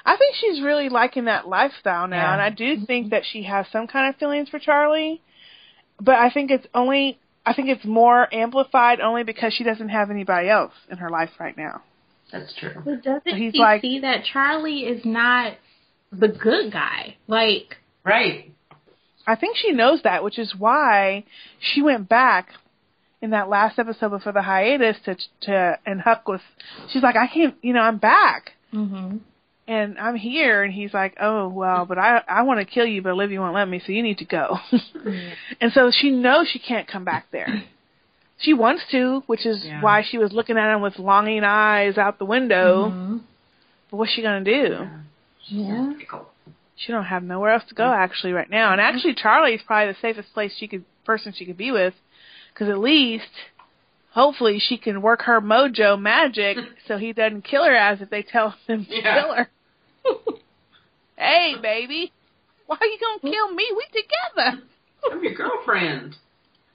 I think she's really liking that lifestyle now, Yeah. and I do think that she has some kind of feelings for Charlie, but I think it's only I think it's more amplified only because she doesn't have anybody else in her life right now. That's true. But doesn't He's he like- see that Charlie is not the good guy? Like, Right. I think she knows that, which is why she went back in that last episode before the hiatus to to and Huck was she's like I can't you know I'm back mm-hmm. and I'm here and he's like, Oh well, but I I want to kill you but Olivia won't let me, so you need to go And so she knows she can't come back there. She wants to, which is Yeah. why she was looking at him with longing eyes out the window. Mm-hmm. Mhm. But what's she gonna do? Yeah. Pickle. She don't have nowhere else to go actually right now. And actually Charlie's probably the safest place she could person she could be with, because at least hopefully she can work her mojo magic so he doesn't kill her ass if they tell him to Yeah. kill her. hey, baby, why are you gonna kill me? We together. I'm your girlfriend.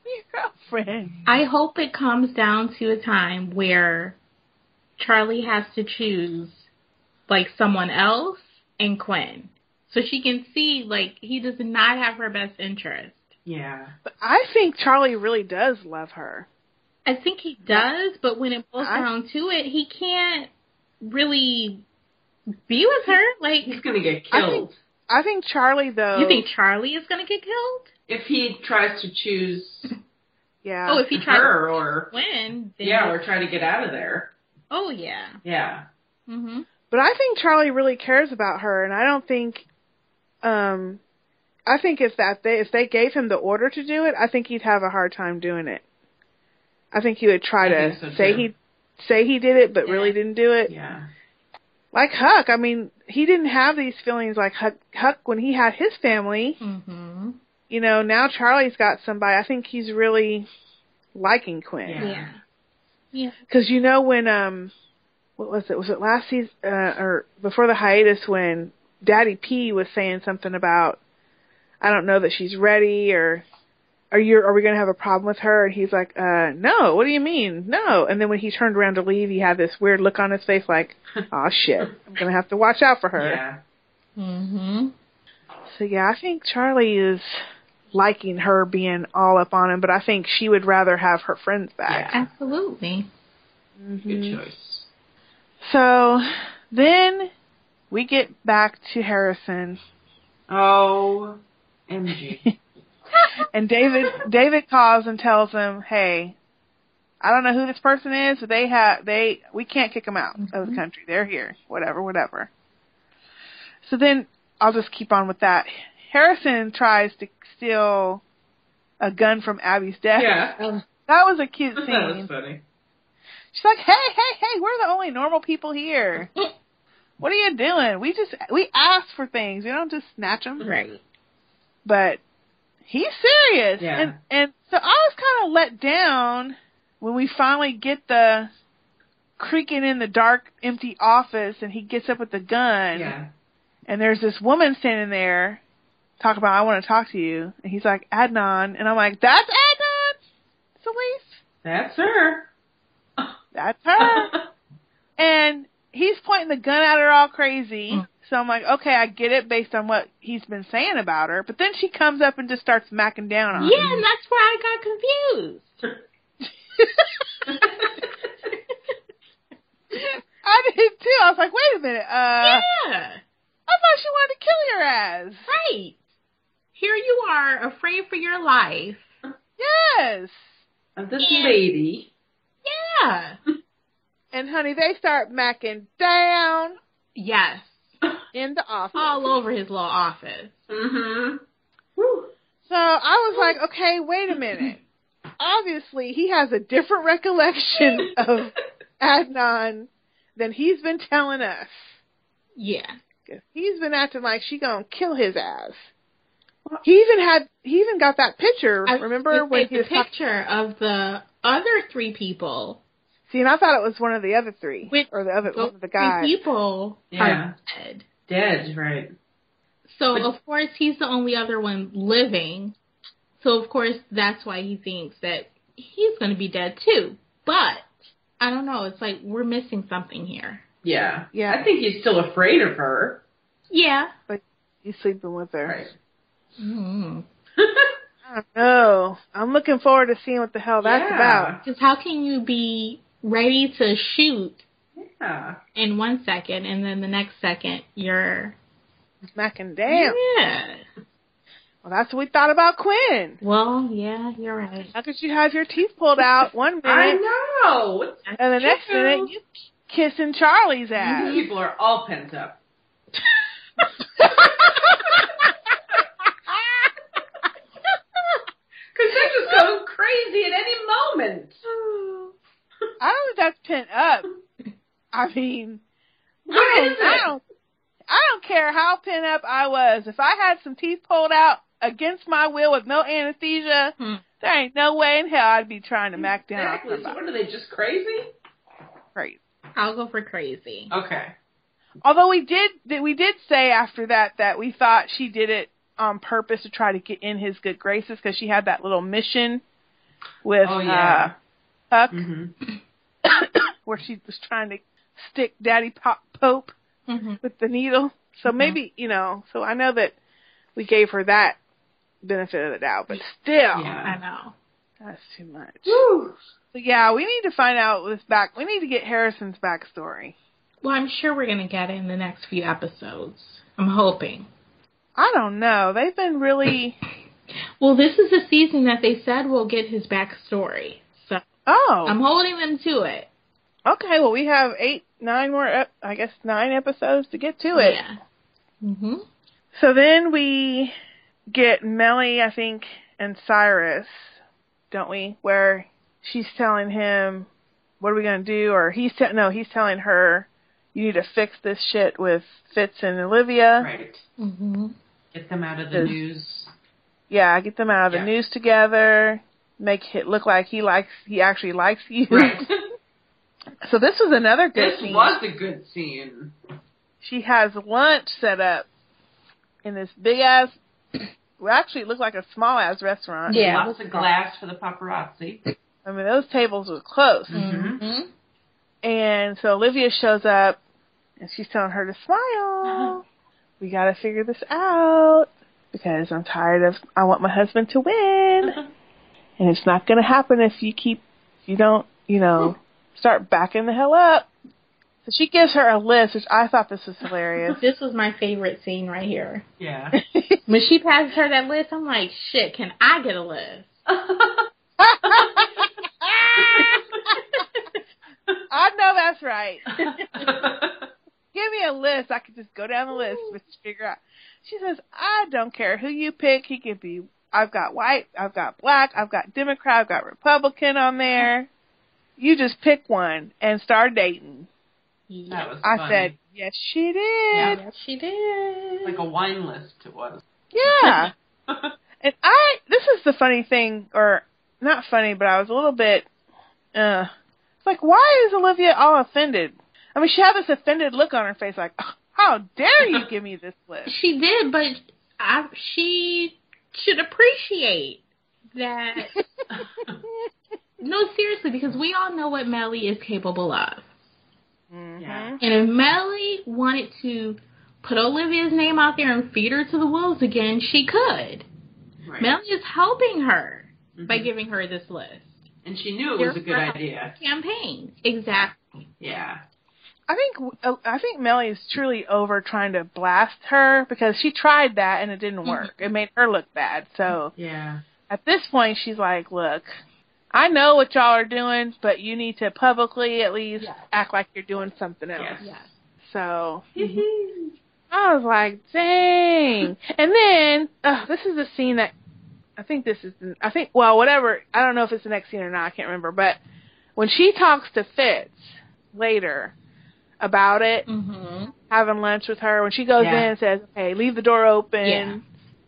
We your girlfriend. I hope it comes down to a time where Charlie has to choose like someone else and Quinn. So she can see like he does not have her best interest. Yeah. But I think Charlie really does love her. I think he does, but when it boils I- down to it, he can't really be with her. Like He's gonna get I killed I think Charlie though. you think Charlie is gonna get killed? if he tries to choose Yeah. Oh, if he tries her or to win, then yeah, or try to get out of there. oh yeah. Yeah. Mhm. But I think Charlie really cares about her, and I don't think, um, I think if that they if they gave him the order to do it, I think he'd have a hard time doing it. I think he would try I to think so, say too. he say he did it, but really Yeah. didn't do it. Yeah. Like Huck, I mean, he didn't have these feelings like Huck. Huck when he had his family, Mhm. you know. Now Charlie's got somebody. I think he's really liking Quinn. Yeah. Yeah. Yeah. Because you know when um, what was it? Was it last season uh, or before the hiatus when Daddy P was saying something about I don't know that she's ready or are you are we going to have a problem with her? And he's like, uh, no. What do you mean? No. And then when he turned around to leave, he had this weird look on his face, like, oh shit, I'm gonna have to watch out for her. Yeah. Mhm. So yeah, I think Charlie is liking her being all up on him, but I think she would rather have her friends back. Yeah. Absolutely. Good Mhm. choice. So then we get back to Harrison Oh M G. and David David calls and tells him, "Hey, I don't know who this person is, but they have they we can't kick them out Mm-hmm. of the Mhm. country. They're here. Whatever, whatever." So then I'll just keep on with that. Harrison tries to steal a gun from Abby's desk. Yeah. That was a cute That was scene. funny. She's like, "Hey, hey, hey, we're the only normal people here. What are you doing? We just we ask for things. We don't just snatch them." Right. but he's serious. Yeah. And and so I was kind of let down when we finally get the creaking in the dark, empty office, and he gets up with the gun, Yeah. and there's this woman standing there, talk about I want to talk to you, and he's like Adnan, and I'm like that's Adnan, Celeste, That's her. that's her, Ah. and he's pointing the gun at her all crazy. Mm. So I'm like, okay, I get it based on what he's been saying about her. But then she comes up and just starts macking down on him. Yeah, and that's where I got confused. I did too. I was like, wait a minute. Uh, yeah, I thought she wanted to kill your ass. right. Here you are, afraid for your life. Yes. And this Yeah. lady. Yeah. And honey, they start macking down Yes. in the office. All over his little office. Mm-hmm. Woo. So I was like, okay, wait a minute. Obviously, he has a different recollection of Adnan than he's been telling us. Yeah. 'Cause He's been acting like she gonna kill his ass. He even had, he even got that picture. I was Remember gonna when say he the was talking? picture of the other three people? See, and I thought it was one of the other three, Which- or the other one Those of the guys. three people Yeah. are dead. Dead, right. So But- of course he's the only other one living. So of course that's why he thinks that he's going to be dead too. But I don't know. It's like we're missing something here. Yeah. Yeah. I think he's still afraid of her. Yeah. He's sleeping with her. Right. Mm. I don't know. I'm looking forward to seeing what the hell that's Yeah. about. Because how can you be ready to shoot Yeah. in one second and then the next second you're Smacking down. yeah. Well, that's what we thought about Quinn. Well, yeah, you're right. How could you have your teeth pulled out one I minute know. What's and the next true. minute you kissing Charlie's ass? You people are all pent up. Because they're just going crazy at any moment. I don't think that's pent up. I mean, What is I it? don't. I don't care how pent up I was. If I had some teeth pulled out, against my will with no anesthesia. Hmm. There ain't no way in hell I'd be trying to mac down on Exactly. So somebody. what are they just crazy? Great. I'll go for crazy. Okay. Although we did that we did say after that that we thought she did it on purpose to try to get in his good graces because she had that little mission with Oh, yeah. Mm. uh, Huck Mhm. where she was trying to stick Daddy Pop Pope Mm-hmm. with the needle. So Mm-hmm. maybe you know. So I know that we gave her that benefit of the doubt, but still, I Yeah. know. that's too much. Whew. So yeah, we need to find out this back. We need to get Harrison's backstory. Well, I'm sure we're gonna get it in the next few episodes. I'm hoping. I don't know. They've been really. Well, this is the season that they said we'll get his backstory, so Oh, Um, I'm holding them to it. okay. Well, we have eight, nine more. Ep- I guess nine episodes to get to it. Yeah. Mhm. So then we get Melly, I think, and Cyrus, don't we? Where she's telling him, "What are we gonna do?" Or he's te- no, he's telling her, "You need to fix this shit with Fitz and Olivia." Right. Mhm. Get them out of the Yes. news. Yeah, get them out of the Yeah. news together. Make it look like he likes, he actually likes you. Right. So this was another good this scene. was a good scene. She has lunch set up in this big ass. Well, actually, it looked like a small ass restaurant. Yeah. Lots of glass for the paparazzi. I mean, those tables were close. Mhm. Mhm. And so Olivia shows up and she's telling her to smile. We gotta figure this out because I'm tired of I want my husband to win Uh-huh. and it's not gonna happen if you keep if you don't, you know, start backing the hell up. So she gives her a list, which I thought this was hilarious. This was my favorite scene right here. Yeah. When she passed her that list, I'm like, shit, can I get a list? I know that's right. Give me a list. I could just go down the list and figure out. She says, I don't care who you pick. He could be, I've got white, I've got black, I've got Democrat, I've got Republican on there. You just pick one and start dating. that was I funny. said, yes, she did. Yes, she did. like a wine list it was. Yeah. And I, this is the funny thing, or not funny, but I was a little bit, uh, it's like, why is Olivia all offended? I mean, she had this offended look on her face, like, "Oh, how dare you give me this list? She did, but I, she should appreciate that. no, seriously, because we all know what Melly is capable of. Mhm. And if Melly wanted to put Olivia's name out there and feed her to the wolves again, she could. right. Melly is helping her by Mhm. giving her this list. and she knew it was a good Right. idea. Campaign. Exactly. Yeah. I think uh, I think Melly is truly over trying to blast her because she tried that and it didn't work. It made her look bad. So Yeah. at this point, she's like, "Look, I know what y'all are doing, but you need to publicly at least Yeah. act like you're doing something else." Yes. Yes. So Mhm. I was like, dang. And then, uh, this is a scene that I think this is, I think, well, whatever. I don't know if it's the next scene or not. I can't remember. But when she talks to Fitz later about it, Mm-hmm. having lunch with her, when she goes Yeah. in and says, okay, leave the door open. Yeah.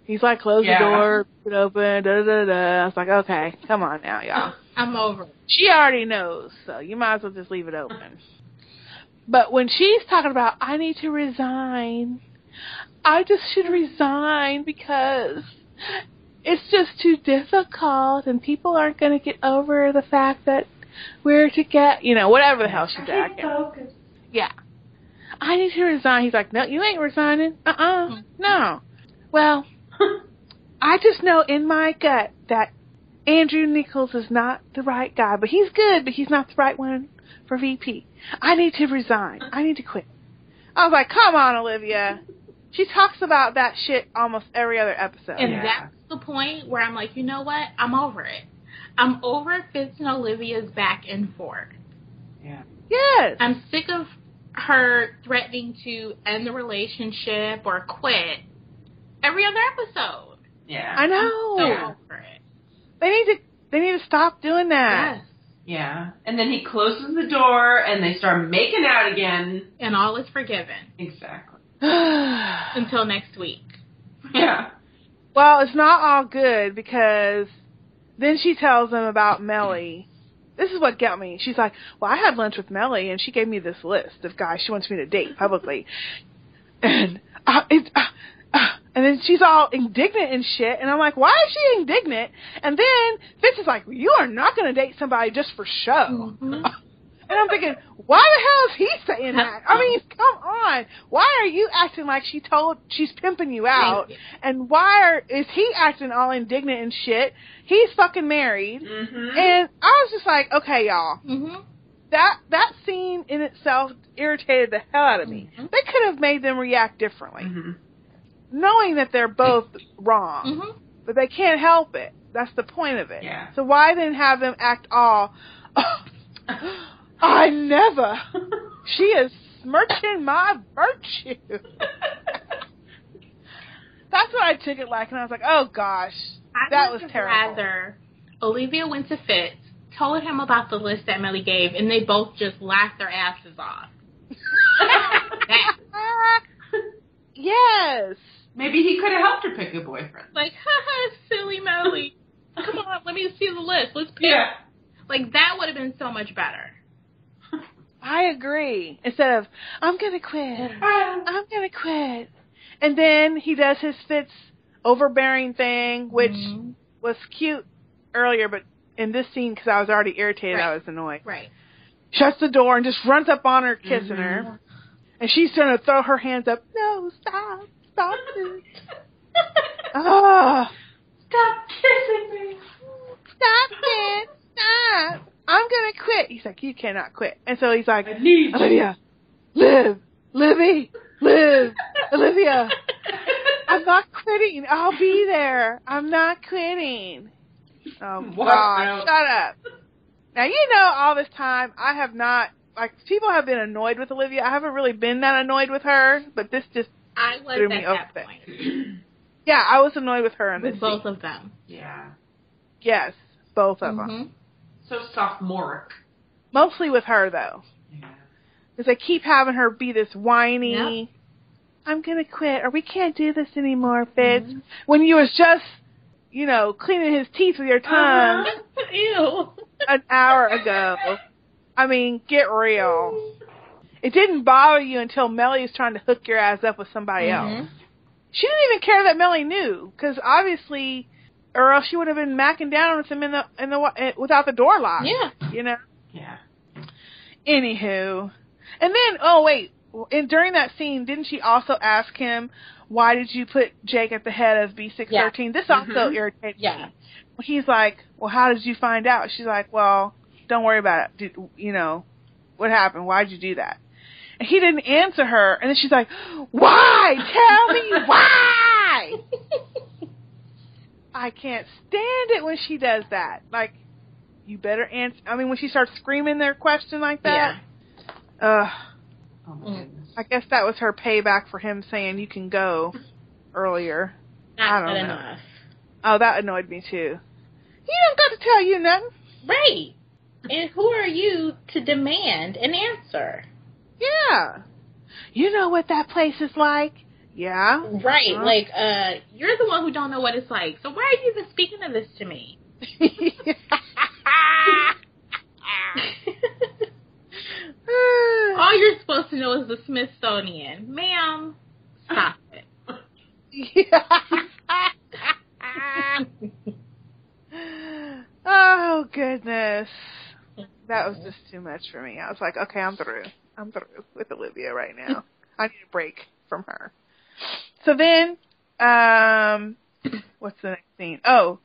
He's like, close Yeah. the door, keep it open, da da da da. I was like, okay, come on now, y'all. I'm over. it. She already knows, so you might as well just leave it open. But when she's talking about, I need to resign, I just should resign because it's just too difficult and people aren't going to get over the fact that we're to get, you know, whatever the hell she said. I can't- Yeah. I need to resign. He's like, no, you ain't resigning. Uh uh Mm-hmm. No. Well, I just know in my gut that Andrew Nichols is not the right guy, but he's good, but he's not the right one for VP. I need to resign. I need to quit. I was like, come on, Olivia. She talks about that shit almost every other episode. And Yeah. that's the point where I'm like, you know what? I'm over it. I'm over Fitz and Olivia's back and forth. yeah. Yes. I'm sick of her threatening to end the relationship or quit every other episode. Yeah. I So know. Yeah. I'm over it. They need to they need to stop doing that. Yes. Yeah. And then he closes the door and they start making out again. And all is forgiven Exactly. Yeah. until next week. Yeah. Well, it's not all good because then she tells him about Melly. This is what got me. She's like, "Well, I had lunch with Melly, and she gave me this list of guys she wants me to date publicly." And uh, it, uh, uh, and then she's all indignant and shit, and I'm like, "Why is she indignant?" And then Fitz is like, "You are not going to date somebody just for show." Mm-hmm. Mhm. And I'm thinking, why the hell is he saying that? I mean, come on. Why are you acting like she told she's pimping you out? And why are, is he acting all indignant and shit? He's fucking married. Mm-hmm. And I was just like, okay, y'all, Mhm. that that scene in itself irritated the hell out of me. Mm-hmm. They Mhm. could have made them react differently, hmm knowing that they're both wrong Mhm. but they can't help it. That's the point of it. Mm-hmm. Yeah. So why then have them act all? I never. She is smirching my virtue. That's what I took it like, and I was like, oh gosh, I that would was have terrible. Rather, Olivia went to Fitz, told him about the list that Melly gave, and they both just laughed their asses off. That- yes. Maybe he could have helped her pick a boyfriend. like, haha, silly Melly. Come on, let me see the list. Let's pick. Yeah. Like that would have been so much better. I agree. Instead of I'm gonna quit, Ah. I'm gonna quit, and then he does his Fitz overbearing thing, which Mhm. was cute earlier, but in this scene, because I was already irritated, I Right. was annoyed. right. shuts the door and just runs up on her, kissing Mhm. her. And she's going to throw her hands up. No, stop, stop it. Ah, Stop kissing me. stop it, stop. I'm going to quit. He's like, you cannot quit. And so he's like, I need you. Olivia, live, Livy, live, Olivia. I'm not quitting. I'll be there. I'm not quitting. Oh What God! now? Shut up. Now you know all this time I have not like people have been annoyed with Olivia. I haven't really been that annoyed with her, but this just I was Threw at me that off there. point yeah, I was annoyed with her in this. with scene. both of them. yeah. Yes, both of them. Mhm. So sophomoric. Mostly with her though, Yeah. because they keep having her be this whiny. I'm gonna quit, or we can't do this anymore, Fitz. Mhm. When you was just, you know, cleaning his teeth with your tongue. Uh-huh. Ew. an hour ago. I mean, get real. It didn't bother you until Melly was trying to hook your ass up with somebody else. Mhm. She didn't even care that Melly knew, because obviously, or else she would have been macking down with him in the in the wa- eh, without the door locked. Mm-hmm. Yeah. You know. Yeah. Anywho, and then oh wait, and during that scene, didn't she also ask him why did you put Jake at the head of B six thirteen? This also Mhm. irritated me Yeah. he's like, "Well, how did you find out?" She's like, "Well, don't worry about it. Did, you know, what happened? Why'd you do that?" And he didn't answer her, and then she's like, "Why? Tell me why!" I can't stand it when she does that. Like, you better answer. I mean, when she starts screaming their question like that. Ugh. Oh my Mm. goodness. I guess that was her payback for him saying you can go earlier. I Not don't good know. enough. Oh, that annoyed me too. He don't got to tell you nothing. Right. And who are you to demand an answer? Yeah. You know what that place is like? Yeah. Right. Huh? Like, uh, you're the one who don't know what it's like. So why are you even speaking of this to me? All you're supposed to know is the Smithsonian. Ma'am, stop it. oh goodness. That was just too much for me. I was like, okay, I'm through. I'm through with Olivia right now. I need a break from her. So then, um, what's the next scene? Oh,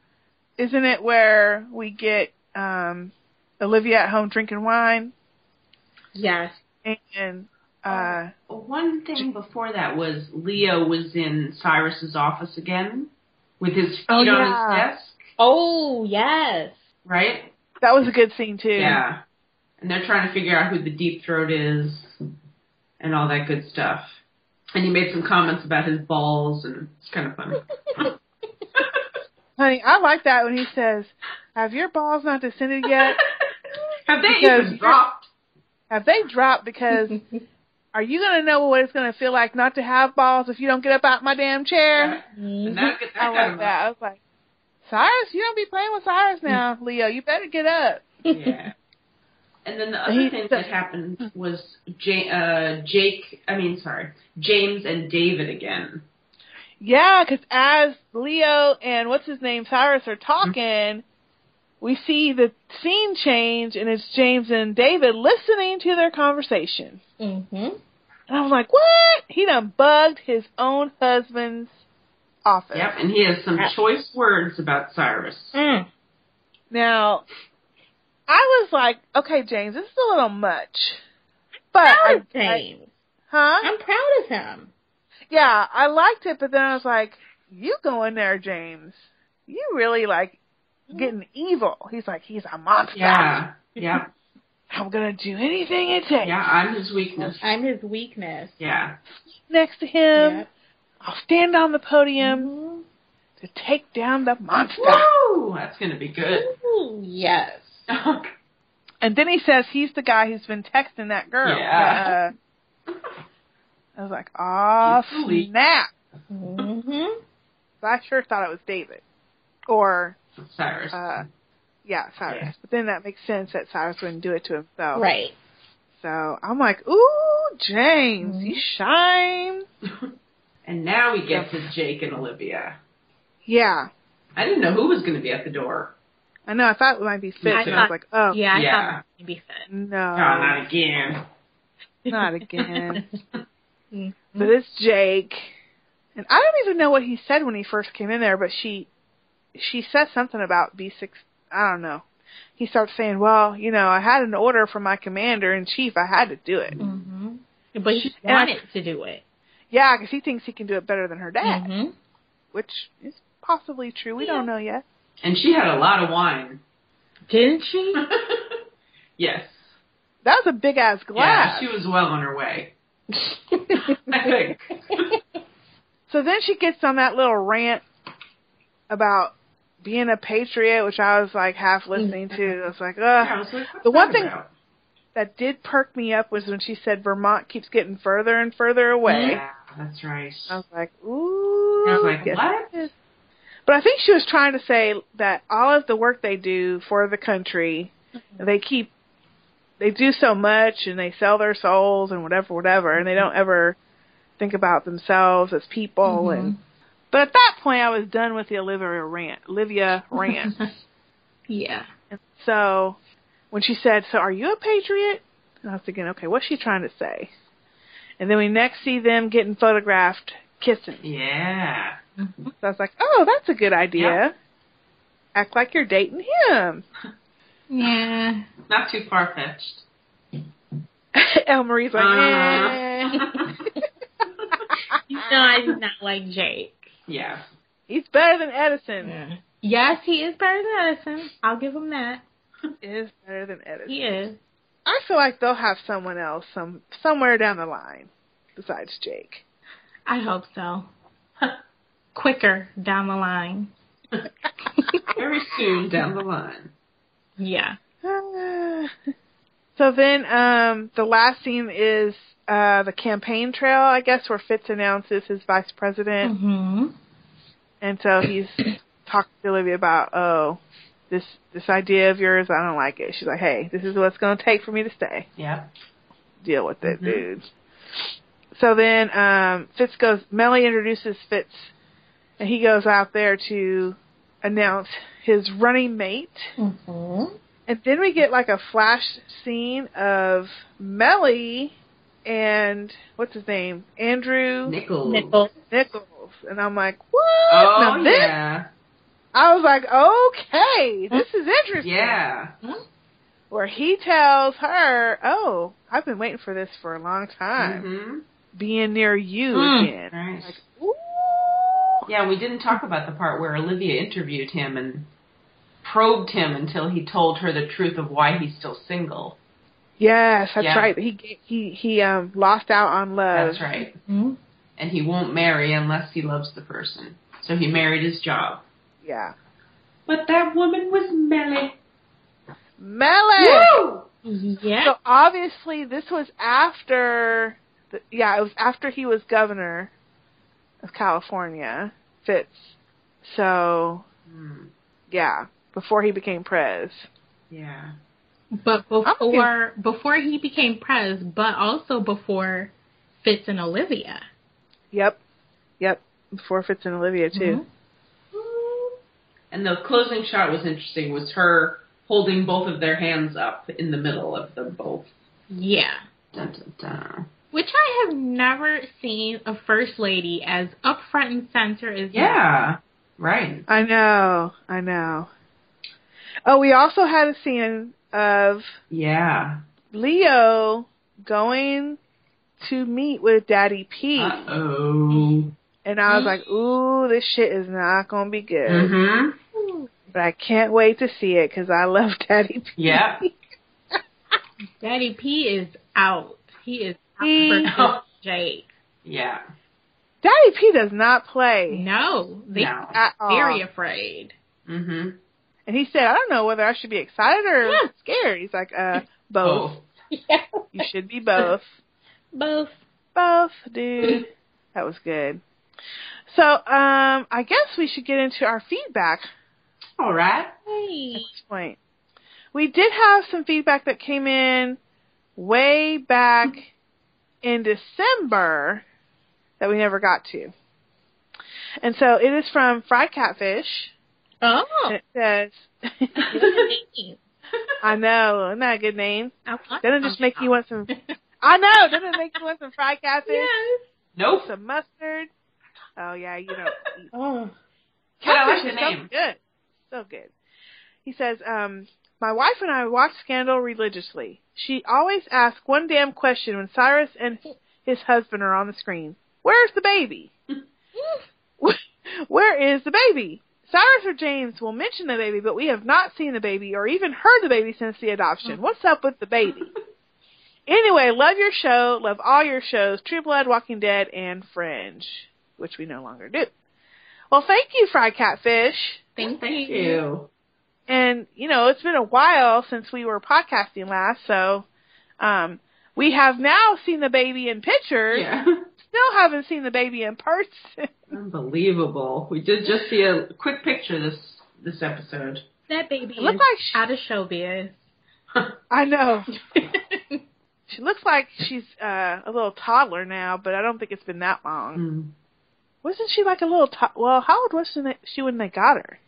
isn't it where we get um Olivia at home drinking wine yes. and uh One thing before that was Leo was in Cyrus's office again with his feet Oh, on yeah. his desk, Oh, yes. right? that was a good scene too. Yeah. And they're trying to figure out who the deep throat is and all that good stuff. And he made some comments about his balls and it's kind of funny. Honey, I like that when he says, "Have your balls not descended yet? Have they Because even dropped? Have they dropped?" Because Are you gonna know what it's gonna feel like not to have balls if you don't get up out my damn chair? Mm-hmm. And that, that I got him like that. I was like, Cyrus, you don't be playing with Cyrus now, Leo. You better get up. up. Yeah. And then the other He- thing that happened was J- uh, Jake, I mean, sorry, James and David again. Yeah, 'cause as Leo and what's his name Cyrus are talking, we see the scene change, and it's James and David listening to their conversation. Mm-hmm. And I was like, what? He done bugged his own husband's office. Yep, and he has some choice words about Cyrus. Mm. Now, I was like, okay, James, this is a little much. But Proud I, of I, James. huh? Mm-hmm. I'm proud of him. Yeah, I liked it, but then I was like, "You going there, James? You really like getting evil?" He's like, "He's a monster. Yeah, yeah, I'm gonna do anything it takes." yeah. I'm his weakness. I'm his weakness. Yeah, Next to him, I'll stand on the podium Mhm. Mm-hmm. to take down the monster. woo! That's gonna be good. Mm-hmm. Ooh, yes. And then he says he's the guy who's been texting that girl. Yeah. Uh, I was like, "Ah, He's the leak. snap!" Mm-hmm. So I sure thought it was David, or Cyrus. uh, yeah, Cyrus. Yeah. But then that makes sense that Cyrus wouldn't do it to Oh. himself. Right. So I'm like, ooh, James, Mhm. you shine. and now we get to Jake and Olivia. Yeah, I didn't know who was gonna be at the door. I know. I thought it might be Fitz, Me and too. I was like, oh, Yeah, I Yeah. thought it would be fit. no, Oh, not again. not again. Mhm. but it's Jake, and I don't even know what he said when he first came in there, but she, she said something about B six. I don't know. He starts saying, "Well, you know, I had an order from my commander in chief. I had to do it." hmm But she And I- wanted to do it. Yeah, because he thinks he can do it better than her dad, hmm which is possibly true. We don't know yet. And she had a lot of wine. Didn't she? yes. That was a big ass glass. Yeah, she was well on her way. I think. So then she gets on that little rant about being a patriot, which I was like half listening to. I was like, I ugh. was like, what's Uh, The one that thing- about? That did perk me up was when she said Vermont keeps getting further and further away. Yeah, that's right. I was like, ooh. I was like, yes, what? it is. But I think she was trying to say that all of the work they do for the country, Mm-hmm. they keep, they do so much and they sell their souls and whatever, whatever, and they Mm-hmm. don't ever think about themselves as people Mm-hmm. and But at that point, I was done with the Olivia rant. Olivia rant. yeah. so when she said, "So are you a patriot?" and I was thinking, "Okay, what's she trying to say?" And then we next see them getting photographed kissing. Yeah. Mm-hmm. So I was like, "Oh, that's a good idea. Yeah. Act like you're dating him." Yeah. Not too far fetched. El Marie's like, Uh-huh. "Eh." No, I did not like Jake. Yeah. "He's better than Edison." Yes, he is better than Edison. I'll give him that. He Is better than Edison. He is. I feel like they'll have someone else some somewhere down the line besides Jake. I hope so. Quicker down the line. Very soon down the line. Yeah. so then um the last scene is uh the campaign trail i guess where fitz announces his vice Mm-hmm. president hmm and so he's talking to olivia about oh this this idea of yours i don't like it she's like hey this is what it's going to take for me to stay Yeah. deal with it Mhm. dude so then um fitz goes melly introduces fitz and he goes out there to announce his running mate hmm And then we get like a flash scene of Melly and what's his name? Andrew Nickel. Nickel. Nichols. And I'm like, what? Oh, Now this- yeah. I was like, okay, this is interesting. Yeah. Where he tells her, oh, I've been waiting for this for a long time. hmm Being near you Mm. again. Nice. Ooh. Mm-hmm. Yeah, we didn't talk about the part where Olivia interviewed him and probed him until he told her the truth of why he's still single. Yes, that's Yeah. right. He he he um lost out on love. That's right. hmm And he won't marry unless he loves the person. So he married his job. Yeah. But that woman was Melly. Melly. Woo! Yeah. So obviously, this was after the, yeah, it was after he was governor of California, Fitz. So Hmm. yeah, before he became prez. Yeah. But before before he became Prez, but also before Fitz and Olivia. Yep, yep. Before Fitz and Olivia too. Mhm. And the closing shot was interesting. Was her holding both of their hands up in the middle of them both. Yeah. Dun, dun, dun. Which I have never seen a first lady as up front and center as that. Yeah. Right. I know, I know. Oh, we also had a scene of Yeah. Leo going to meet with Daddy P, Uh oh. and I was like, "Ooh, this shit is not gonna be good." Mm-hmm. But I can't wait to see it because I love Daddy P. Yeah. Daddy P is out. He is out He- versus Jake. Yeah. Daddy P does not play No, they No. at all. very afraid. Mm-hmm. And he said, "I don't know whether I should be excited or Yeah. scared." He's like, "Uh, both. Oh. Yeah. You should be both." Both. both, dude. That was good. So, um, I guess we should get into our feedback All right. at Hey. this point. We did have some feedback that came in way back in December that we never got to. And so it is from Fried Catfish. Oh. And it says, I know, isn't that a good name? Doesn't it just make you want some, I know, doesn't it make you want some fried catfish? yes. Nope. Some mustard? Oh yeah, you don't eat Oh. But I like Catfish the is so name. good. So good. He says, um, my wife and I watch Scandal religiously. She always asks one damn question when Cyrus and his husband are on the screen. Where's the baby? Mm. Where is the baby? Cyrus or James will mention the baby, but we have not seen the baby or even heard the baby since the Mm. adoption. What's up with the baby? Anyway, love your show. Love all your shows. True Blood, Walking Dead, and Fringe, which we no longer do. Well, thank you, Fried Catfish. Thank, Thank you. you. And, you know, it's been a while since we were podcasting last, so um, we have now seen the baby in pictures. Yeah. Still haven't seen the baby in person. Unbelievable. We did just see a quick picture this this episode. That baby It looked like is Oh. she, out of showbiz. I know. She looks like she's uh, a little toddler now, but I don't think it's been that long. Mm. Hmm. Wasn't she like a little to- well, how old was she when they- she when they got her?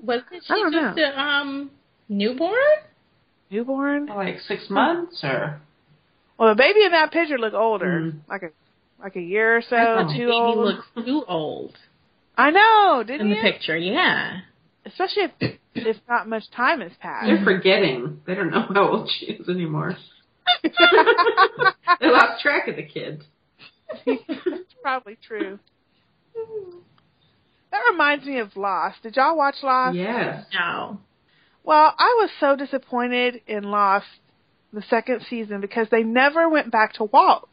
Wasn't she just I don't know. a um newborn? Newborn? Oh. Like six Hmm. months or Well, the baby in that picture looked older, Mm. like a like a year or Mm-hmm. I so thought the too baby old. looks too old I know, didn't in the you? picture. Yeah. Especially if if not much time has passed. they're forgetting. They don't know how old she is anymore. they lost track of the kid. Probably true. That reminds me of Lost. Did y'all watch Lost? Yes. No. Well, I was so disappointed in Lost the second season because they never went back to Walt,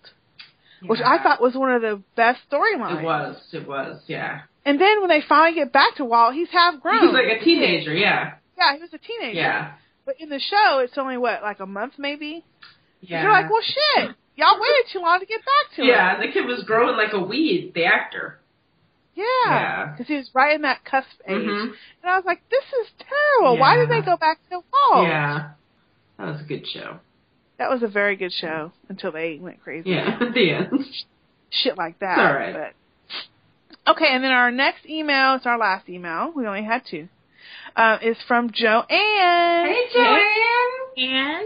which I Yeah. thought was one of the best storylines. it was. It was, yeah. And then when they finally get back to Walt, he's half grown. He's like a teenager, yeah. yeah, he was a teenager. Yeah. But in the show, it's only what, like a month maybe? Yeah. You're like, well, shit. Y'all waited too long to get back to it. yeah, the kid was growing like a weed, the actor. Yeah. Yeah. Because he was right in that cusp age. Mhm. And I was like, this is terrible. Why did Yeah. they go back to Walt? Yeah. That was a good show. That was a very good show until they went crazy. Yeah, at the end. Shit like that. It's all right. But. Okay, and then our next email, it's our last email. We only had two. Uh, is from Joanne. Joanne. And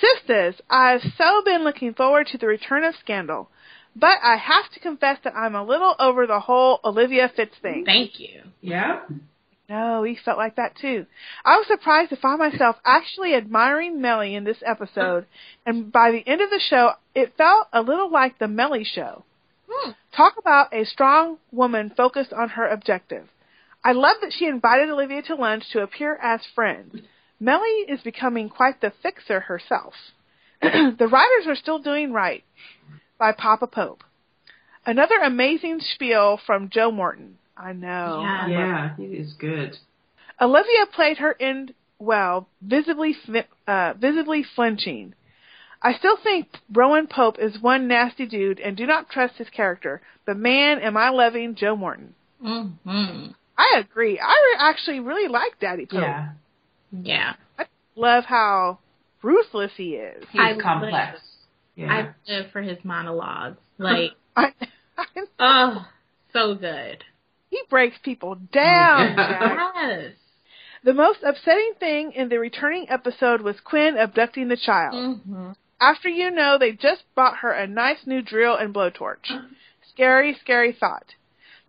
Sisters, I've so been looking forward to the return of Scandal, but I have to confess that I'm a little over the whole Olivia Fitz thing. thank you. Yeah. No, Oh, he felt like that too. I was surprised to find myself actually admiring Melly in this episode, and by the end of the show, it felt a little like the Melly show. Hmm. Talk about a strong woman focused on her objective. I love that she invited Olivia to lunch to appear as friends. Melly is becoming quite the fixer herself. the writers are still doing right by Papa Pope. Another amazing spiel from Joe Morton. I know. I love Yeah, he is good. Olivia played her end well, visibly fli- uh, visibly flinching. I still think Rowan Pope is one nasty dude and do not trust his character, but man, am I loving Joe Morton. Mm-hmm. I agree. I re- actually really like Daddy Pope. Yeah. Yeah. Love how ruthless he is. He's I- complex. Yeah. I live for his monologues. Like, I, oh, so good. he breaks people down. Jack. Yes. The most upsetting thing in the returning episode was Quinn abducting the child. Mm-hmm. After you know they just bought her a nice new drill and blowtorch. Scary, scary thought.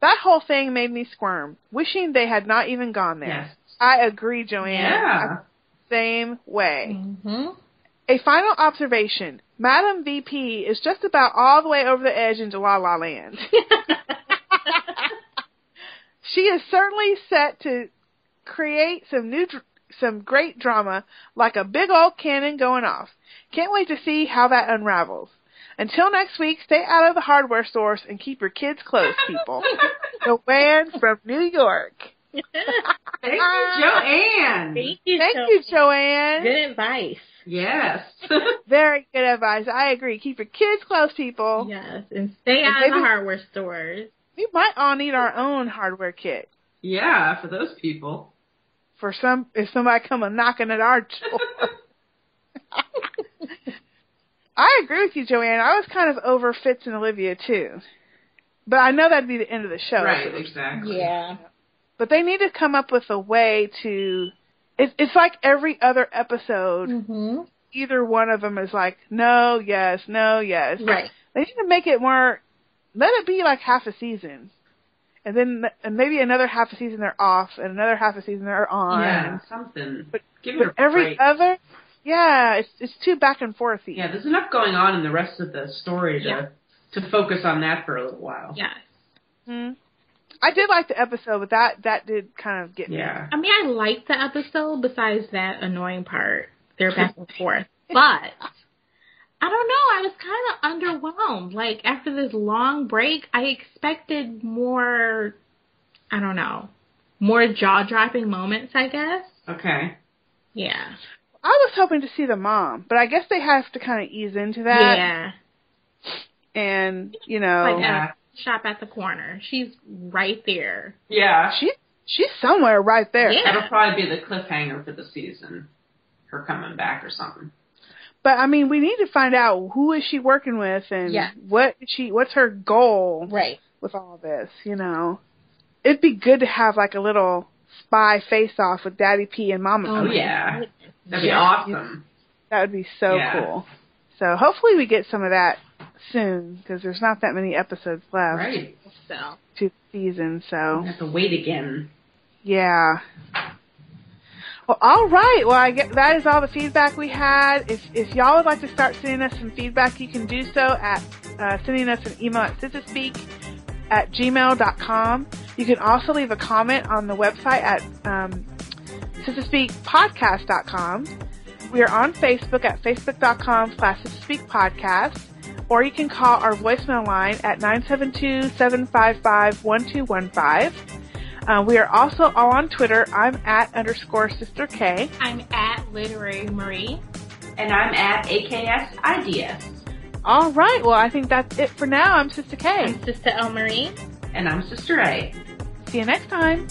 That whole thing made me squirm, wishing they had not even gone there. yes. I agree, Joanne. Yeah. Same way. Mm-hmm. A final observation. Madam VP is just about all the way over the edge into La La Land. she is certainly set to create some new, dr- some great drama, like a big old cannon going off. Can't wait to see how that unravels. Until next week, stay out of the hardware stores and keep your kids close, people. Joanne from New York. Thank you, Joanne. Thank you. Thank so you, Joanne. Good advice. Yes. Very good advice. I agree. Keep your kids close, people. Yes, and stay And out of the maybe- hardware stores. We might all need our own hardware kit yeah, for those people. for some if somebody come a knocking at our door. I agree with you, Joanne. I was kind of over Fitz and Olivia too, but I know that'd be the end of the show. right, exactly. Yeah. But they need to come up with a way to. It, it's like every other episode. Mm-hmm. Either one of them is like, no, yes, no, yes. Right. They need to make it more. Let it be like half a season, and then and maybe another half a season they're off, and another half a season they're on. Yeah, something. But- Give it But a every break. other, yeah, it's it's too back and forthy. yeah, there's enough going on in the rest of the story to Yeah. to focus on that for a little while. Yes. Mhm. I did like the episode, but that that did kind of get me. Yeah. I mean, I liked the episode besides that annoying part. They're back and forth. But I don't know. I was kind of underwhelmed. Like, after this long break, I expected more, I don't know, more jaw dropping moments, I guess. Okay. Yeah. I was hoping to see the mom, but I guess they have to kind of ease into that, yeah. and you know, Like, Yeah. Shop at the corner. She's right there. Yeah. she she's somewhere right there. Yeah. That'll probably be the cliffhanger for the season. Her coming back or something. But I mean, we need to find out who is she working with and Yeah. what she what's her goal Right. with all this. You know, it'd be good to have like a little spy face off with Daddy P and Mama. Oh, Oh P. yeah. That'd be Yeah. awesome. That would be so Yeah. cool. So hopefully we get some of that soon because there's not that many episodes left Right. So. to the season. We So have to wait again. yeah. Well, all right. Well, I get that is all the feedback we had. If if y'all would like to start sending us some feedback, you can do so at uh, sending us an email at sissaspeak at gmail.com. You can also leave a comment on the website at um, sisterspeakpodcast.com. We are on Facebook at facebook.com slash sisterspeakpodcast, or you can call our voicemail line at 972-755-1215. Uh, we are also all on Twitter. I'm at underscore sister K. I'm at Literary Marie. And I'm at AKS IDS. All right. Well, I think that's it for now. I'm Sister K. I'm Sister El Marie. And I'm Sister A. See you next time.